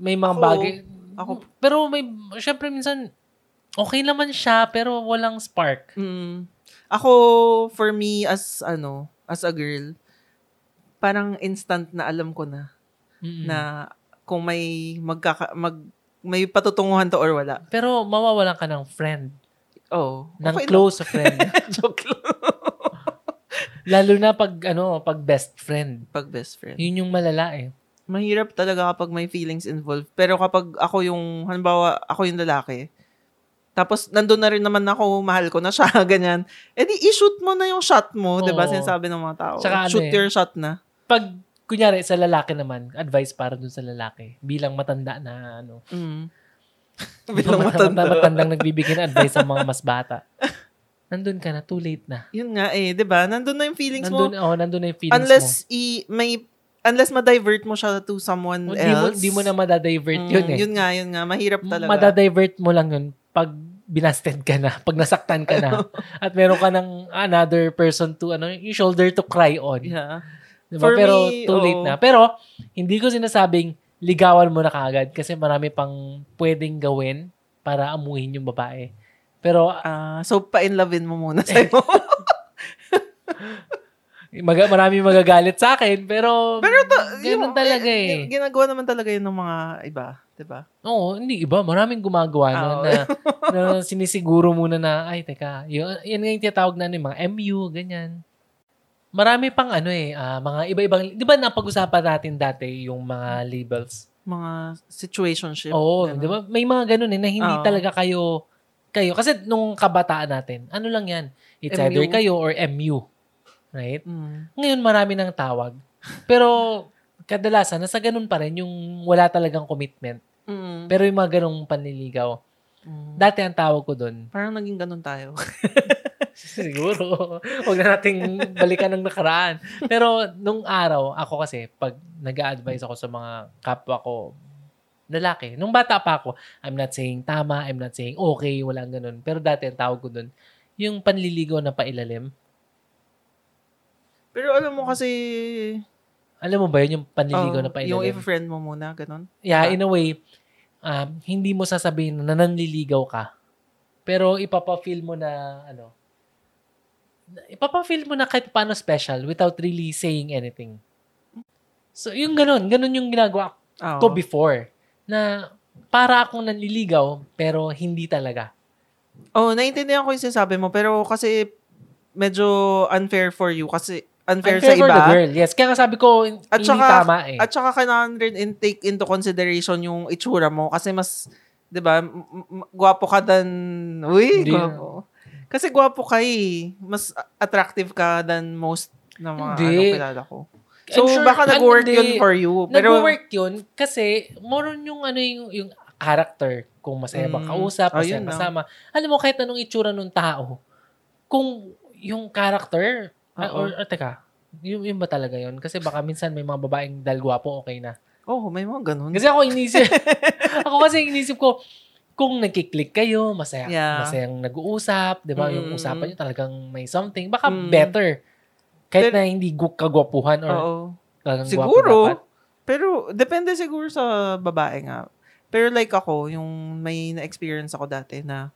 may mga
Ako-
bagay.
ako-
Pero may, siyempre minsan, okay naman siya, pero walang spark.
Mm. Ako, for me, as ano, as a girl, parang instant na alam ko na,
Mm-mm.
na kung may magkaka, mag, may patutunguhan to or wala.
Pero mawawalan ka ng friend,
Oo.
ng
Okay lang.
close friend.
Joke lang.
Lalo na pag, ano, pag best friend.
Pag best friend.
Yun yung malala eh.
Mahirap talaga kapag may feelings involved. Pero kapag ako yung, halimbawa, ako yung lalaki, tapos nandun na rin naman ako, mahal ko na siya, ganyan. Eh di, i-shoot mo na yung shot mo, di ba?
Oo.
Sinasabi ng mga tao.
Tsaka ano
Shoot
eh.
your shot na.
pag kunyari sa lalaki naman, advice para dun sa lalaki bilang matanda na ano.
Mm. Bilang matanda.
matandang nagbibigay ng advice sa mga mas bata. Nandun ka na, too late na.
Yun nga eh, 'di ba? Nandun na yung feelings
Nandun,
mo.
oh, nandun na yung feelings mo.
Unless i may unless ma-divert mo siya to someone
Hindi mo,
else.
Oh, di mo na madadivert
Mm,
yun eh.
Yun nga, yun nga. Mahirap talaga.
Madadivert mo lang yun pag binasted ka na, pag nasaktan ka na, at meron ka ng another person to, ano, yung shoulder to cry on.
Yeah.
Diba?
For
Pero
me,
too late
oo.
na. Pero, hindi ko sinasabing ligawan mo na kaagad kasi marami pang pwedeng gawin para amuhin yung babae. Pero
Ah, so, pa-inlovin mo muna sa'yo.
mag- marami magagalit sa akin. Pero,
Pero to,
ganun
yung-
talaga
eh,
eh.
Ginagawa naman talaga yun ng mga iba. 'di ba?
Oo, hindi iba. Maraming gumagawa na,
Ah, Oo.
na, na sinisiguro muna na, ay, teka, yun, yan nga yung tinatawag na ano, yung mga MU, ganyan. Marami pang ano eh, ah, mga iba-ibang, di ba napag-usapan natin dati yung mga labels?
Mga situationship.
Oo,
ganun.
di ba? May mga ganun eh, na hindi
Oo.
talaga kayo, kayo. Kasi nung kabataan natin, ano lang yan? It's
MU.
either kayo or MU. Right?
Mm.
Ngayon marami ng tawag. Pero kadalasan, nasa ganun pa rin yung wala talagang commitment.
Mm.
Pero yung mga ganong panliligaw,
Mm.
dati ang tawag ko doon.
Parang naging ganun tayo.
Siguro. Huwag na nating balikan ng nakaraan. Pero nung araw, ako kasi, pag nag advise ako sa mga kapwa ko, lalaki. Nung bata pa ako, I'm not saying tama, I'm not saying okay, walang ganun. Pero dati ang tawag ko doon, yung panliligaw na pailalim.
Pero alam mo kasi...
Alam mo ba yun, yung panliligaw
oh,
na pailalim?
yung i-friend mo muna, ganun.
Yeah,
Ah.
in a way, um, hindi mo sasabihin na nanliligaw ka. Pero ipapafeel mo na, ano, ipapafeel mo na kahit paano special without really saying anything. So, yung ganun, ganun yung ginagawa
Oo.
ko before. Na para akong nanliligaw, pero hindi talaga.
Oh, naiintindihan ko 'yung sinasabi mo pero kasi medyo unfair for you kasi unfair, sa
for
iba.
the girl, yes. Kaya nga sabi ko,
At
hindi
saka-
tama eh.
At saka kailangan rin in take into consideration yung itsura mo kasi mas 'di ba, m- m- gwapo ka than uy,
Hindi.
gwapo. Kasi gwapo ka eh. Mas attractive ka than most ng mga
Hindi.
ano kilala ko.
I'm
So
sure-
baka
ano,
nag-work
hindi.
yun for you. Pero
Nag-work yun kasi more on yung ano yung, yung character. Kung masaya ba
Mm.
kausap,
Oh,
masaya
yun
ba
na.
sama. Alam mo, kahit anong itsura ng tao, kung yung character, ah,
Oo.
or, or teka, yun, yun ba talaga yun? Kasi baka minsan may mga babaeng dahil gwapo, okay na.
oh, may mga ganun.
Kasi ako inisip, ako kasi inisip ko, kung nagkiklik kayo, masaya,
Yeah.
masayang nag-uusap, di ba? Yung
Mm.
usapan nyo talagang may something. Baka
Mm.
better. Kahit
Pero-
na hindi gu- kagwapuhan or
Oo.
talagang gwapo dapat.
Siguro. Pero, depende siguro sa babae nga. Pero like ako, yung may na-experience ako dati na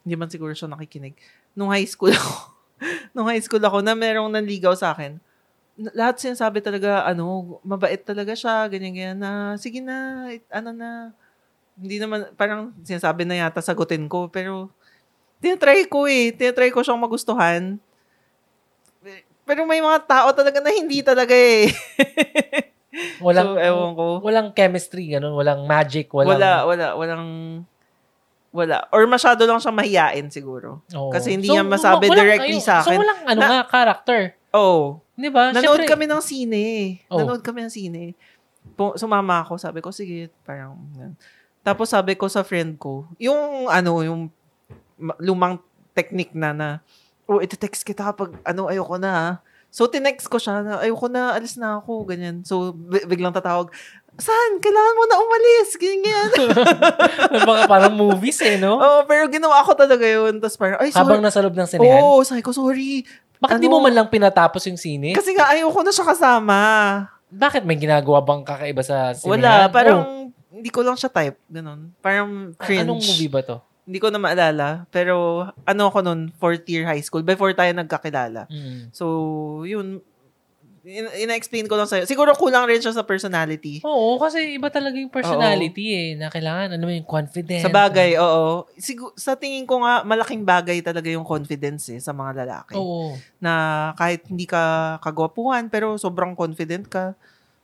hindi man siguro siya nakikinig. Nung high school ako, nung high school ako, na merong nanligaw sa akin, na- lahat sinasabi talaga, ano, mabait talaga siya, ganyan-ganyan na, sige na, it- ano na, hindi naman, parang sinasabi na yata sagutin ko, pero tinatry ko eh, tinatry ko siyang magustuhan. Pero may mga tao talaga na hindi talaga eh.
Walang,
so, ewan ko.
walang chemistry, ganun, walang magic, walang,
wala, wala, walang, wala. Or masyado lang siyang mahiyain siguro.
Oo.
kasi hindi niya masabi directly sa akin.
So, walang ano
Na-
nga, character.
Oh,
Di ba?
nanood
Ah, Syempre-
kami ng sine. eh.
Oh.
Nanood kami ng sine. Pu- sumama ako, sabi ko, sige, parang, yan. Tapos sabi ko sa friend ko, yung ano, yung ma- lumang technique na na, oh, iti-text kita pag ano, ayoko na ah." So, tinext ko siya na, ayoko na, alis na ako, ganyan. So, bi- biglang tatawag, San? Kailangan mo na umalis. Ganyan, ganyan.
Mga parang movies eh, no?
Oo, Oh, pero ginawa ko talaga yun. Tapos parang, ay,
Habang
sorry.
nasa loob ng sinehan.
Oo, sabi ko, sorry.
Bakit di
ano?
mo man lang pinatapos yung sine?
Kasi nga, ayoko na siya kasama.
Bakit may ginagawa bang kakaiba sa sinehan?
Wala, parang,
Oh,
hindi ko lang siya type. Ganun. Parang
a-
cringe.
Ah, Anong movie ba to?
Hindi ko na maalala. Pero, ano ako nun, fourth year high school. Before tayo nagkakilala.
Mm.
So, yun. In- Ina-explain ko lang sa'yo. Siguro kulang rin siya sa personality.
Oo, kasi iba talaga yung personality eh, na kailangan, ano yung confidence.
Sa bagay, oo. Sigu- sa tingin ko nga, malaking bagay talaga yung confidence eh, sa mga lalaki.
Oo.
na kahit hindi ka kagwapuhan pero sobrang confident ka,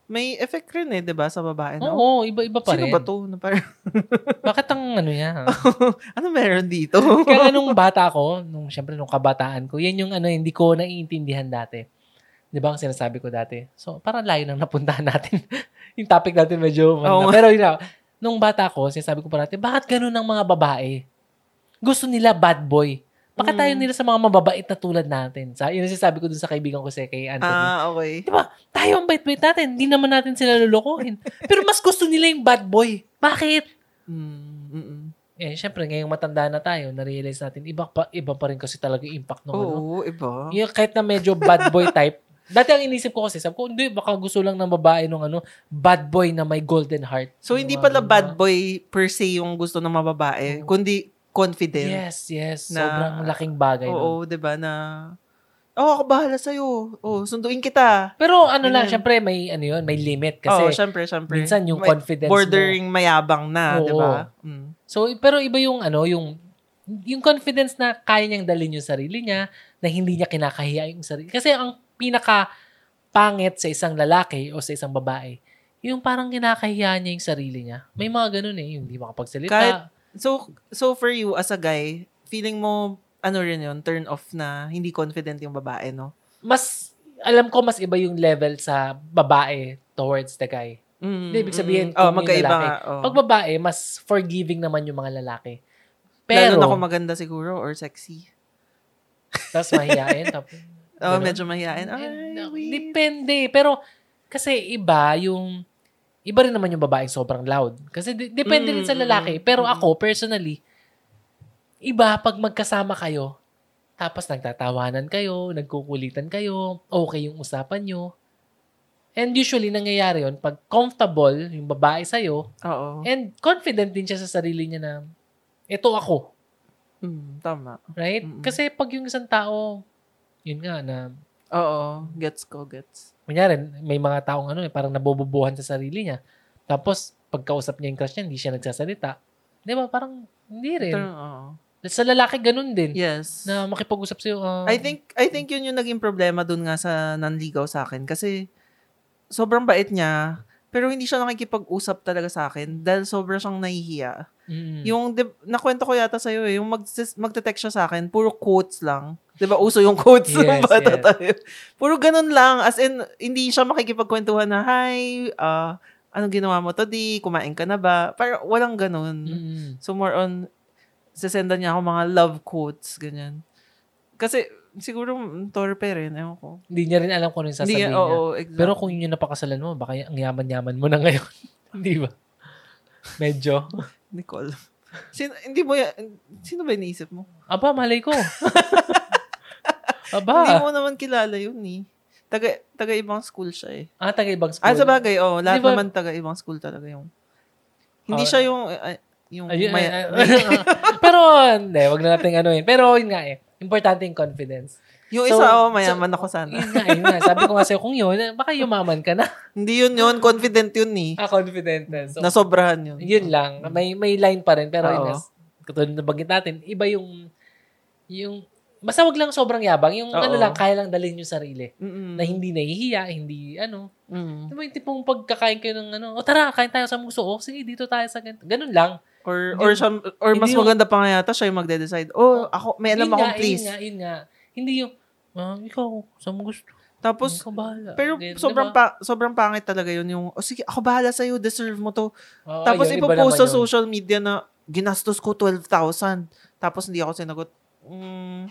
may effect rin eh, 'di ba, sa babae, no?
Oo, iba-iba pa
Sino
rin.
ba 'to? Na parang,
Bakit ang ano niya?
ano meron dito?
Kaya nga nung bata ko, nung syempre nung kabataan ko, yan yung ano, hindi ko naiintindihan dati. 'Di ba ang sinasabi ko dati? So, parang layo nang napuntahan natin. yung topic natin medyo,
Oo
pero yun na, nung bata ko, sinasabi ko parati, bakit ganun ang mga babae? Gusto nila bad boy.
Hmm.
Baka tayo nila sa mga mababait na tulad natin. Sa, yun ang sinasabi ko dun sa kaibigan ko si kay Anthony.
Ah, okay.
Di ba? Tayo ang bait-bait natin. Hindi naman natin sila lulukohin. Pero mas gusto nila yung bad boy. Bakit?
Mm, mm-mm.
Eh, syempre, ngayong matanda na tayo, na-realize natin, iba pa, iba pa rin kasi talaga yung impact ng ano.
Oo, iba.
Yung kahit na medyo bad boy type, dati ang inisip ko kasi, sabi ko, hindi, baka gusto lang ng babae nung ano, bad boy na may golden heart.
So, hindi
Yung mga
pala
ganun.
bad boy per se yung gusto ng mababae,
Oo.
kundi confident.
Yes, yes.
na-
sobrang laking bagay. nun.
Oo, 'di ba na Oh, ako bahala sa'yo. Oh, sunduin kita.
Pero ano lang,
Ganun.
syempre, may ano yun, may limit.
Kasi, oh,
Kasi
syempre, syempre.
minsan yung
May-
confidence mo.
bordering mayabang na,
Oo.
'di ba? Mm.
So, pero iba yung ano, yung yung confidence na kaya niyang dalhin yung sarili niya, na hindi niya kinakahiya yung sarili. Kasi ang pinaka pangit sa isang lalaki o sa isang babae, yung parang kinakahiya niya yung sarili niya. May mga ganun eh, yung hindi makapagsalita.
Kahit- So, so for you as a guy, feeling mo ano rin 'yon, turn off na hindi confident yung babae, no?
mas, alam ko mas iba yung level sa babae towards the guy.
Mm.
Hindi, ibig sabihin,
mm. oh,
kung yung
magkaiba
lalaki.
nga. Oh.
Pag babae, mas forgiving naman yung mga lalaki.
Lalo
Pero,
na kung maganda siguro or sexy.
tapos mahihain. tapos,
Oh,
ganun.
medyo mahihain. Ay,
And, uh,
weird.
Depende. Pero, kasi iba yung, iba rin naman yung babaeng sobrang loud. Kasi di- depende rin sa
Mm,
lalaki. Pero
mm.
ako, personally, iba pag magkasama kayo, tapos nagtatawanan kayo, nagkukulitan kayo, okay yung usapan nyo. And usually, nangyayari yon pag comfortable yung babae sa'yo,
Oo.
and confident din siya sa sarili niya na, ito ako.
Mm, tama.
Right?
Mm-mm.
Kasi pag yung isang tao, yun nga na,
Oo, gets ko, gets.
kunyari, may mga taong ano, eh, parang nabobobohan sa sarili niya. Tapos, pagkausap niya yung crush niya, hindi siya nagsasalita. Di ba? Parang, hindi rin.
Turn, oo.
Sa lalaki, ganun din.
Yes.
Na makipag-usap sa'yo. ah,
I think I think yun yung naging problema dun nga sa nanligaw sa akin kasi sobrang bait niya pero hindi siya nakikipag-usap talaga sa akin dahil sobra siyang nahihiya.
mm,
Yung di- nakwento ko yata sa iyo eh, yung mag magte-text siya sa akin, puro quotes lang. 'Di ba uso yung quotes ng
Yes,
bata
yes.
tayo. Puro ganun lang as in hindi siya makikipagkwentuhan na hi, ah anong ginawa mo today? Kumain ka na ba? Parang walang ganun.
mm,
So more on, sasendan niya ako mga love quotes, ganyan. Kasi siguro mm, torpe rin, ewan ko.
hindi niya rin alam kung ano yung
Hindi,
sasabihin niya.
oo, exactly.
Pero kung yun yung napakasalan mo, baka y- ang yaman-yaman mo na ngayon. Di ba? Medyo.
Nicole. Sino, hindi mo, ya- sino ba iniisip mo?
Aba, malay ko.
Hindi
Aba.
mo naman kilala yun eh. Taga, taga ibang school siya eh.
Ah, taga-ibang school.
Ah, sa bagay, oh, lahat
Di ba-
naman taga ibang school talaga yung. Hindi
Ah.
siya yung, ah, yung,
Ayun,
may-
ay- ay- pero, hindi, wag na natin ano yun. Pero, yun nga eh. Importante yung confidence.
yung
so-
isa, oh, mayaman ako sana.
Yun nga, yun nga. Sabi ko nga sa'yo, kung yun, baka yumaman ka na.
hindi yun yun, confident yun eh.
Ah, confident na. So,
Nasobrahan yun.
yun lang. May may line pa rin. Pero,
Oo.
yun, as- katulad na bagit natin, iba yung, yung, basta wag lang sobrang yabang. Yung
Oo.
ano lang, kaya lang dalhin yung sarili.
Mm-mm.
Na hindi nahihiya, hindi, ano.
Mm.
Diba yung tipong pagkakain kayo ng ano, o tara, kain tayo sa muso. O, sige, dito tayo sa ganito. Ganun lang.
Or
Hindi-
or siya, or
hindi
mas
yung-
maganda pa nga yata siya yung magde-decide. Oh, ako may alam
Yun nga,
akong please.
Yun nga, yun nga. Hindi yung, ah, ikaw, sa mo gusto.
Tapos
ikaw bahala.
pero
Ganyan,
sobrang
diba?
pa, sobrang pangit talaga yun yung oh, sige, ako bahala sa deserve mo to.
Oo,
Tapos
yun, iba
ipopost
naman
sa
yun.
social media na ginastos ko 12,000. Tapos hindi ako sinagot. Mm,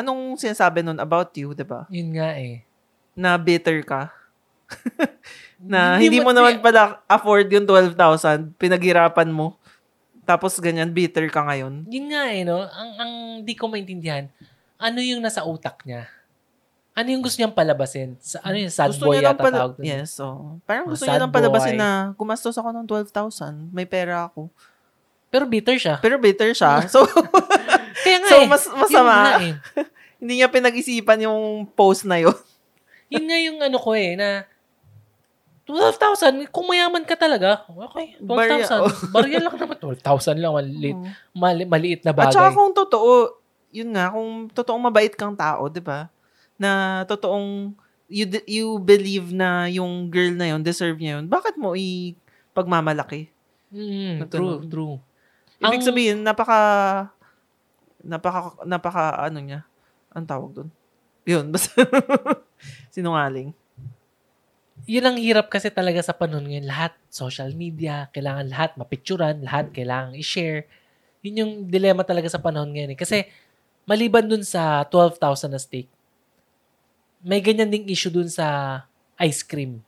anong sinasabi nun about you, 'di ba?
Yun nga eh.
Na bitter ka. na hindi, mo naman pala afford yung 12,000, pinaghirapan mo. Tapos ganyan bitter ka ngayon.
Yun nga eh, no? Ang, ang di ko maintindihan, ano yung nasa utak niya? Ano yung gusto niyang palabasin? Sa, ano yung sad boy
niya lang
yata
pala-
tawag doon?
Yes, so. Parang
Oh,
gusto
sad
niya lang palabasin
boy.
na gumastos ako ng 12,000. May pera ako.
Pero bitter siya.
Pero bitter siya. So,
Kaya nga
so
eh.
mas
Yun nga
masama.
eh.
Hindi niya pinag-isipan yung post na yun.
Yun nga yung ano ko eh, na 12,000, kung mayaman ka talaga, okay, 12,000.
Barya,
Barya,
oh.
lang naman. 12,000 lang, mali,
Oo.
mali, maliit na
At
bagay.
saka kung totoo, yun nga, kung totoong mabait kang tao, di ba? Na totoong you, de- you believe na yung girl na yun, deserve niya yun, bakit mo i pagmamalaki?
Mm,
Natunog.
true, true.
Ibig
Ang-
sabihin, napaka, napaka, napaka, ano niya, ang tawag doon. Yun, basta, sinungaling.
yun ang hirap kasi talaga sa panahon ngayon. Lahat, social media, kailangan lahat mapicturan, lahat kailangan i-share. Yun yung dilemma talaga sa panahon ngayon. Eh. Kasi maliban dun sa 12,000 na steak, may ganyan ding issue dun sa ice cream.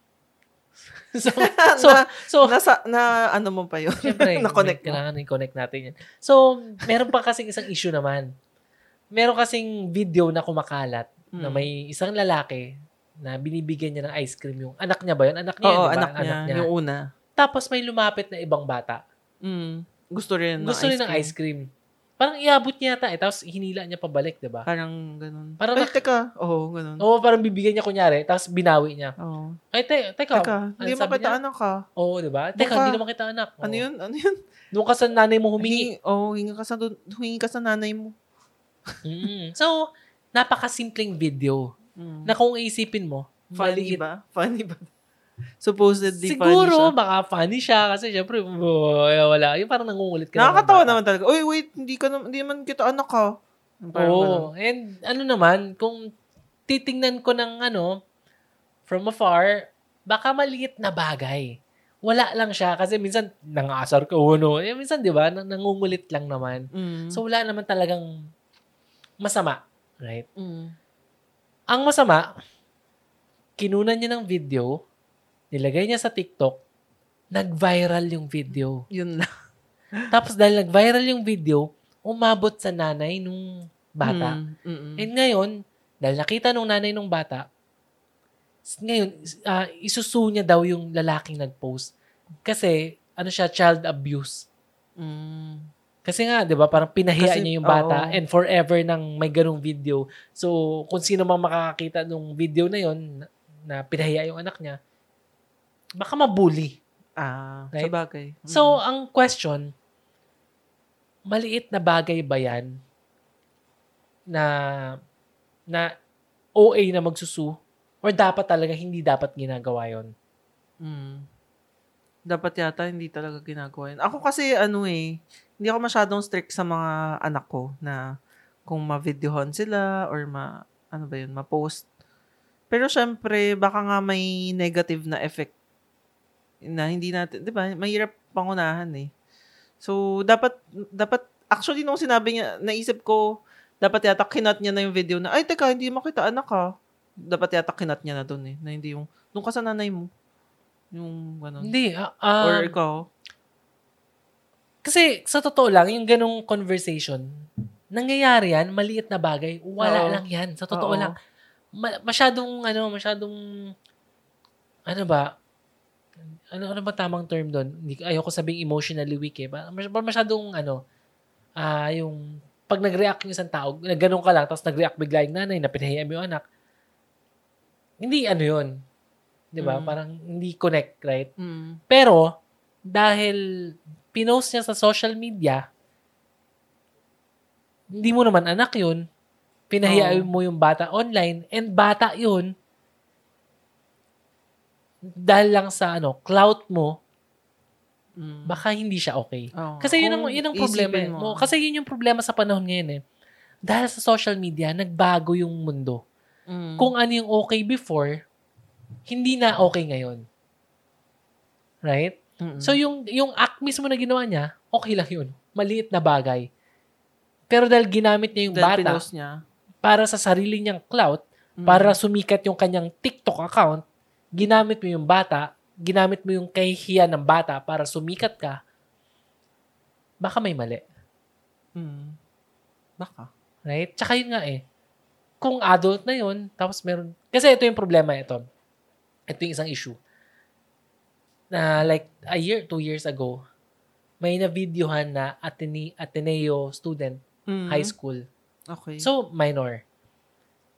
so, so, so,
Nasa, na ano mo pa yun?
Siyempre,
Na-connect mo.
kailangan i-connect natin yan. So, meron pa kasing isang issue naman. Meron kasing video na kumakalat na
Mm.
may isang lalaki na binibigyan niya ng ice cream yung anak niya ba yun? Anak niya, yun,
Mm. Oo,
di ba?
anak, niya, Yung una.
Tapos may lumapit na ibang bata.
Mm. Gusto rin ng
Gusto rin ng ice cream. Parang iabot niya yata eh. Tapos hinila niya pabalik, di ba?
Parang ganun.
Parang
Ay,
nak- Oh.
teka. Oo, ganun. Oo.
Oo, parang bibigyan niya kunyari. Tapos binawi niya. Ay, te, teka.
Teka,
ano
hindi mo
sabi
kita
niya?
anak ka.
Oo, di ba?
Baka-
Teka, hindi naman kita anak.
Ano
Oo.
yun? Ano yun?
Doon ka sa nanay mo humingi.
Humingi. Oo, oh, hingi ka sa, dun- hingi ka sa nanay mo.
Mm. So, napakasimpleng video
Mm.
na kung iisipin mo,
funny
maliit.
ba? Funny ba? Supposedly funny
Siguro,
siya.
baka funny siya kasi syempre, boy, wala. Yung parang nangungulit ka. ng
Nakakatawa
bata.
naman talaga. Uy, wait, hindi ka naman, hindi naman kita anak ka. Parang
Oo.
ganun.
And ano naman, kung titingnan ko ng ano, from afar, baka maliit na bagay. Wala lang siya kasi minsan nangasar ka uno. Eh, minsan, di ba, nang- nangungulit lang naman.
Mm.
So, wala naman talagang masama. Right?
mm.
Ang masama, kinunan niya ng video, nilagay niya sa TikTok, nag-viral yung video.
yun lang.
Tapos dahil nag-viral yung video, umabot sa nanay nung bata.
Mm. Mm-mm.
And ngayon, dahil nakita nung nanay nung bata, s- ngayon, s- ah, isusu niya daw yung lalaking nag-post. Kasi, ano siya, child abuse.
Mm.
Kasi nga, di ba, parang pinahiya
Kasi-
niya yung bata
oo.
and forever nang may ganong video. So, kung sino mang makakakita nung video na yon na, na pinahiya yung anak niya, baka mabully.
Ah,
Right?
sa bagay. Mm.
So, ang question, maliit na bagay ba yan na na OA na magsusu or dapat talaga hindi dapat ginagawa yon?
Mm. Dapat yata hindi talaga ginagawa yun. Ako kasi ano eh, hindi ako masyadong strict sa mga anak ko na kung ma-videohan sila or ma ano ba yun, ma-post. Pero syempre, baka nga may negative na effect na hindi natin, 'di ba? Mahirap pangunahan eh. So dapat dapat actually nung sinabi niya, naisip ko dapat yata kinat niya na yung video na ay teka, hindi makita anak ka. Dapat yata kinat niya na doon eh, na hindi yung nung kasananay mo. Yung ganun.
Hindi. ah, ah,
Or ikaw.
kasi sa totoo lang, yung ganong conversation, nangyayari yan, maliit na bagay, wala
Oo.
lang yan. Sa totoo
Oo.
lang. Ma- masyadong, ano, masyadong, ano ba, ano, ano ba tamang term doon? Hindi, ayoko sabing emotionally weak eh. Ba- mas- Masyadong, ano, ah yung, pag nag-react yung isang tao, na ganun ka lang, tapos nag-react bigla yung nanay, na pinahiya mo yung anak, hindi ano yun. Di ba?
Mm.
Parang hindi connect, right?
Mm.
Pero, dahil pinost niya sa social media, hindi mo naman anak yun, pinahiya
Oo.
mo yung bata online, and bata yun, dahil lang sa ano, clout mo,
Mm.
baka hindi siya okay.
Oo.
Kasi yun ang,
Kung
yun ang
isipin
problema. eh. Mo. Kasi yun yung problema sa panahon ngayon eh. Dahil sa social media, nagbago yung mundo.
Mm.
Kung ano yung okay before, hindi na okay ngayon. Right?
Mm-mm.
So yung yung act mismo na ginawa niya, okay lang yun. Maliit na bagay. Pero dahil ginamit niya yung
Dahil
bata
pinost niya.
para sa sarili niyang clout,
Mm.
para sumikat yung kanyang TikTok account, ginamit mo yung bata, ginamit mo yung kahihiyan ng bata para sumikat ka, baka may mali.
Mm. Baka.
Right? Tsaka yun nga eh. Kung adult na yun, tapos meron... Kasi ito yung problema ito. Ito yung isang issue. Na like a year, two years ago, may na-videohan na Atene- Ateneo student,
Mm.
high school.
Okay.
So, minor.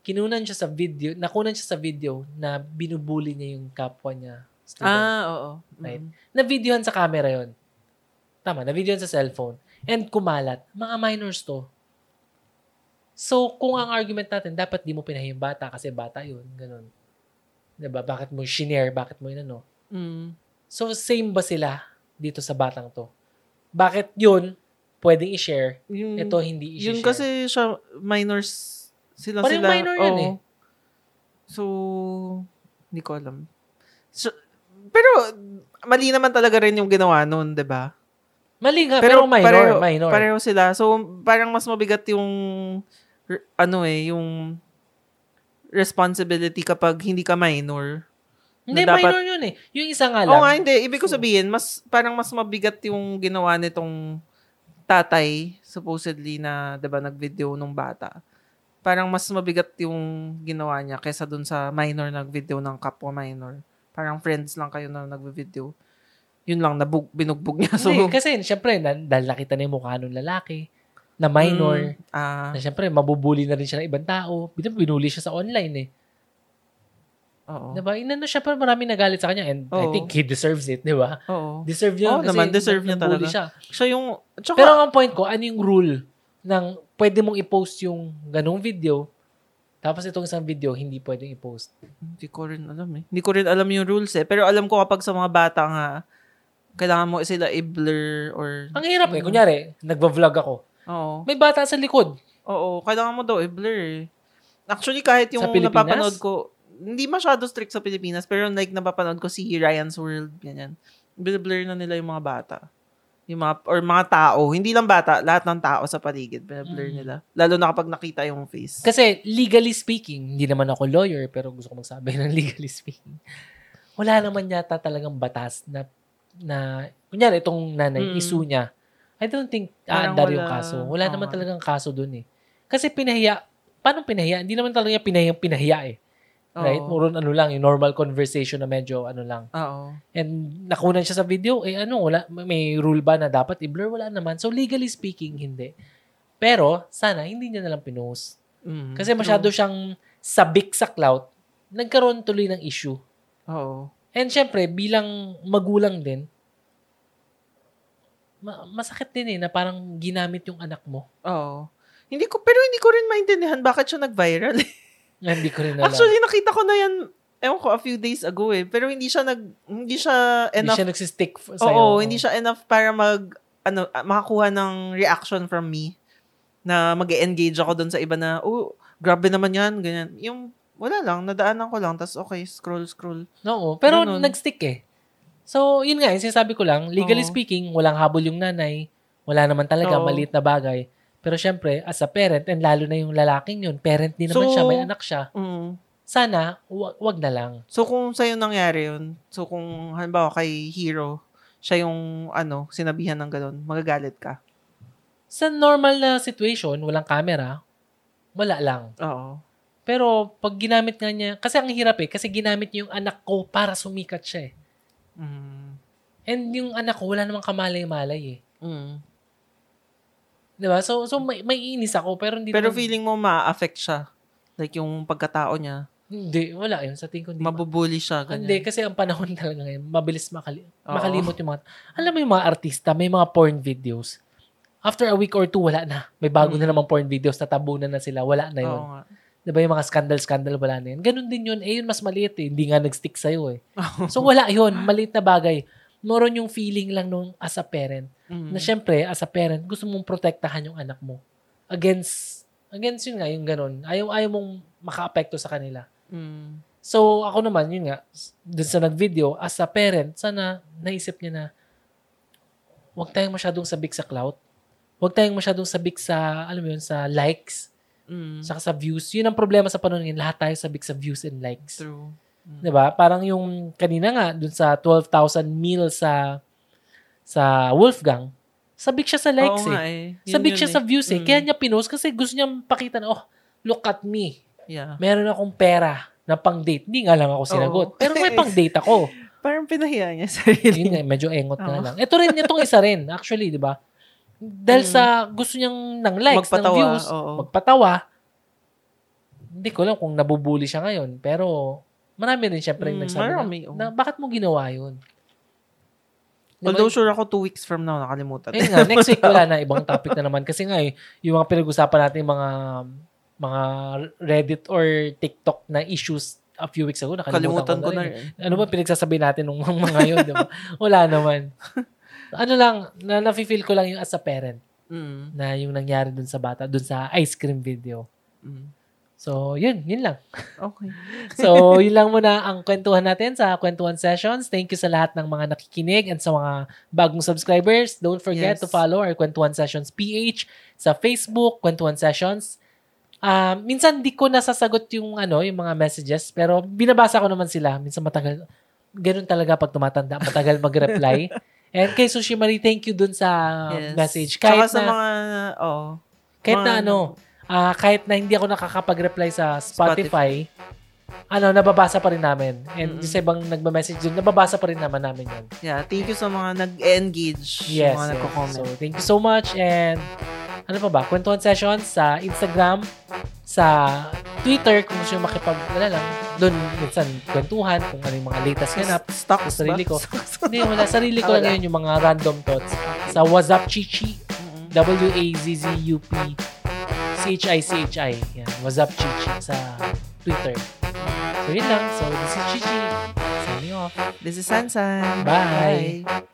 Kinunan siya sa video, nakunan siya sa video na binubuli niya yung kapwa niya. Student.
ah, oo. Mm.
Right. Na-videohan sa camera yon Tama, na-videohan sa cellphone. And kumalat. Mga minors to. So, kung ang argument natin, dapat di mo pinahiya yung bata kasi bata yun. Ganun. 'Di ba Bakit mo shinare? Bakit mo inano?
Mm.
So, same ba sila dito sa batang to? Bakit yun pwedeng i-share?
Yung,
Ito hindi i-share.
Mm, yun kasi siya, minors sila
Parang
sila.
minor yan
Oo.
eh.
So, hindi ko alam. So, pero mali naman talaga rin yung ginawa diba? noon, 'di ba?
Mali nga, pero, minor,
pareho,
minor.
pareho sila. So, parang mas mabigat yung, r- ano eh, yung responsibility kapag hindi ka minor.
hindi,
na dapat-
minor yun eh. Yung isa nga lang.
Oo nga, hindi. Ibig ko
So-
sabihin, mas, parang mas mabigat yung ginawa nitong tatay, supposedly na, 'di ba nag-video nung bata. Parang mas mabigat yung ginawa niya kesa dun sa minor nag-video ng kapwa minor. Parang friends lang kayo na nag-video. Yun lang, nabug, binugbog niya. So,
Hindi, kasi syempre, na, dahil nakita na yung mukha ng lalaki, na minor,
Mm, ah,
na syempre, mabubuli na rin siya ng ibang tao. Bin- Binuli siya sa online eh.
oo.
Diba? Inano siya, pero marami nagalit sa kanya and I
Oo.
think he deserves it, di ba?
Oo.
Deserve niya
Oo
kasi
Oh. naman, deserve niya
nabully
talaga.
Siya.
Siya yung, tsaka,
Pero ang point ko, ano yung rule ng pwede mong i-post yung ganong video tapos itong isang video, hindi pwedeng i-post.
hindi ko rin alam eh. Hindi ko rin alam yung rules eh. Pero alam ko kapag sa mga bata nga, kailangan mo sila i-blur or,
Ang hirap eh. Kunyari, nagva-vlog ako.
oo.
May bata sa likod.
Oo, kailangan mo daw i-blur eh. Actually, kahit yung
Sa Pilipinas?
napapanood ko, hindi masyado strict sa Pilipinas, pero like napapanood ko si Ryan's World, ganyan. Binablur na nila yung mga bata. Yung mga, or mga tao. Hindi lang bata, lahat ng tao sa paligid, binablur
Mm.
nila. Lalo na kapag nakita yung face.
Kasi legally speaking, hindi naman ako lawyer pero gusto ko magsabi ng legally speaking. Wala naman yata talagang batas na na kunyari itong nanay
Mm.
isu niya. I don't think
Parang
aandar yung
wala.
kaso. Wala
Oo
naman
nga.
talagang kaso dun eh. Kasi pinahiya, paano pinahiya? Hindi naman talaga niya pinahiya, pinahiya eh.
Oo.
Right? Muro ano lang, yung normal conversation na medyo ano lang.
Oo.
And nakunan siya sa video, eh ano, wala, may rule ba na dapat i-blur? Wala naman. So legally speaking, hindi. Pero sana hindi niya nalang pinost.
Mm,
Kasi masyado siyang sabik sa clout, nagkaroon tuloy ng issue.
true. Oo.
And syempre, bilang magulang din, ma- masakit din eh na parang ginamit yung anak mo.
Oo. Hindi ko, pero hindi ko rin maintindihan bakit siya nag-viral. eh.
Na Hindi ko rin alam.
Actually, nakita ko na yan, ewan ko, a few days ago eh. Pero hindi siya nag, hindi siya
hindi
enough
siya nagsistick f- sa'yo.
Oo, hindi siya enough para mag ano ah, makakuha ng reaction from me na mag-engage ako doon sa iba na oh, grabe naman 'yan, ganyan. Yung wala lang, nadaanan ko lang tas okay, scroll scroll.
Oo, pero
Ganun.
nagstick eh. So, yun nga, yung sinasabi ko lang, legally
Oo.
speaking, walang habol yung nanay. Wala naman talaga,
Oo.
maliit na bagay. Pero syempre, as a parent, and lalo na yung lalaking yun, parent din naman
So-
siya, may anak siya.
Mm.
Sana, wa- wag na lang.
So kung sa'yo nangyari 'yun, so kung halimbawa kay Hero, siya yung ano, sinabihan ng ganun, magagalit ka.
sa normal na situation, walang camera, wala lang.
Oo.
Pero pag ginamit nga niya, kasi ang hirap eh, kasi ginamit niya yung anak ko para sumikat siya eh.
Mm.
And yung anak ko, wala namang kamalay-malay eh.
Mm.
Diba? So, so may, may inis ako, pero hindi
Pero
naman-
feeling mo ma-affect siya. Like yung pagkatao niya,
Hindi, wala yun. Sa tingin ko, hindi.
mabubuli siya ganyan.
hindi, kasi ang panahon talaga ngayon, mabilis makali-
Oo.
makalimot yung mga... Alam mo yung mga artista, may mga porn videos. After a week or two, wala na. May bago na namang porn videos, tatabunan na sila, wala na yun.
Mm. Oo nga.
Diba yung mga scandal-scandal, wala na yun. Ganun din yun. Eh, yun mas maliit eh. Hindi nga nag-stick sa'yo eh. So wala yun. Maliit na bagay. Moron yung feeling lang nung as a parent.
Mm.
Na syempre, as a parent, gusto mong protektahan yung anak mo. Against, against yun nga, yung ganun. Ayaw, ayaw mong makaapekto sa kanila.
Mm.
So ako naman, yun nga, s- dun sa nag-video, as a parent, sana naisip niya na huwag tayong masyadong sabik sa clout. Huwag tayong masyadong sabik sa, alam mo yun, sa likes.
Mm.
Saka sa views. Yun ang problema sa panahon ngayon. Lahat tayo sabik sa views and likes.
True.
'Di ba? Parang yung kanina nga dun sa 12,000 meal sa sa Wolfgang, sabik siya sa likes eh.
Oo nga eh. Yun
Sabik
yun
siya
eh.
sa views eh.
Mm.
Kaya niya pinost kasi gusto niya pakita na, oh, look at me.
Yeah.
Meron akong pera na pang-date. Hindi nga lang ako sinagot.
Oo.
Pero may pang-date ako.
Parang pinahiya niya sa
Yun
sarili.
nga, medyo engot na
Oo.
lang. Ito rin, itong isa rin, actually, di ba? Dahil
Mm.
sa gusto niyang ng likes, ng
Magpatawa,
views,
oo.
magpatawa, hindi ko alam kung nabubuli siya ngayon, pero marami rin siyempre yung
Mm,
nagsabi
marami, oo.
na, na, bakit mo ginawa yun? Diba? Eh,
Although sure ako two weeks from now nakalimutan.
Ayun nga, next week wala na, ibang topic na naman. Kasi nga eh, yung mga pinag-usapan natin, yung mga mga Reddit or TikTok na issues a few weeks ago, nakalimutan
Kalimutan ko na eh.
rin.
rin.
ano ba pinagsasabi natin nung mga yun, di ba? Wala naman. Ano lang, na nafe-feel ko lang yung as a parent
Mm.
na yung nangyari dun sa bata, dun sa ice cream video.
Mm.
So, yun. Yun lang.
Okay.
So, yun lang muna ang kwentuhan natin sa Kwentuhan Sessions. Thank you sa lahat ng mga nakikinig and sa mga bagong subscribers. Don't forget to
Yes.
follow our Kwentuhan Sessions PH sa Facebook, Kwentuhan Sessions. Ah, minsan di ko nasasagot yung ano, yung mga messages, pero binabasa ko naman sila. Minsan matagal ganun talaga pag tumatanda, matagal mag-reply. and kay Sushi Marie, thank you dun sa
Yes.
Um, message.
Tsaka
Kahit
sa
na,
mga, oo.
kahit na
mga-
ano, ah, kahit na hindi ako nakakapag-reply sa Spotify, ano, nababasa pa rin namin. And
Mm-mm.
yung sa ibang nagme-message dun, nababasa pa rin naman namin yan.
Yeah, thank you sa mga nag-engage.
Yes. yes.
Mga
So,
nagko-comment.
thank you so much. And ano pa ba? Kwentuhan sessions sa Instagram, sa Twitter, kung gusto nyo makipag, wala lang, doon minsan kwentuhan, kung ano yung mga latest ganap.
Stocks
sa sarili ko.
ba?
Hindi, wala. Sarili ko lang
Ah, wala.
yun yung mga random thoughts. Sa WhatsApp Chichi,
Mm-mm.
W-A-Z-Z-U-P C-H-I-C-H-I. Yan. What's up, Chichi? Sa Twitter. So, yun lang. So, this is Chichi. Signing off.
This is Sansan.
Bye.
Bye.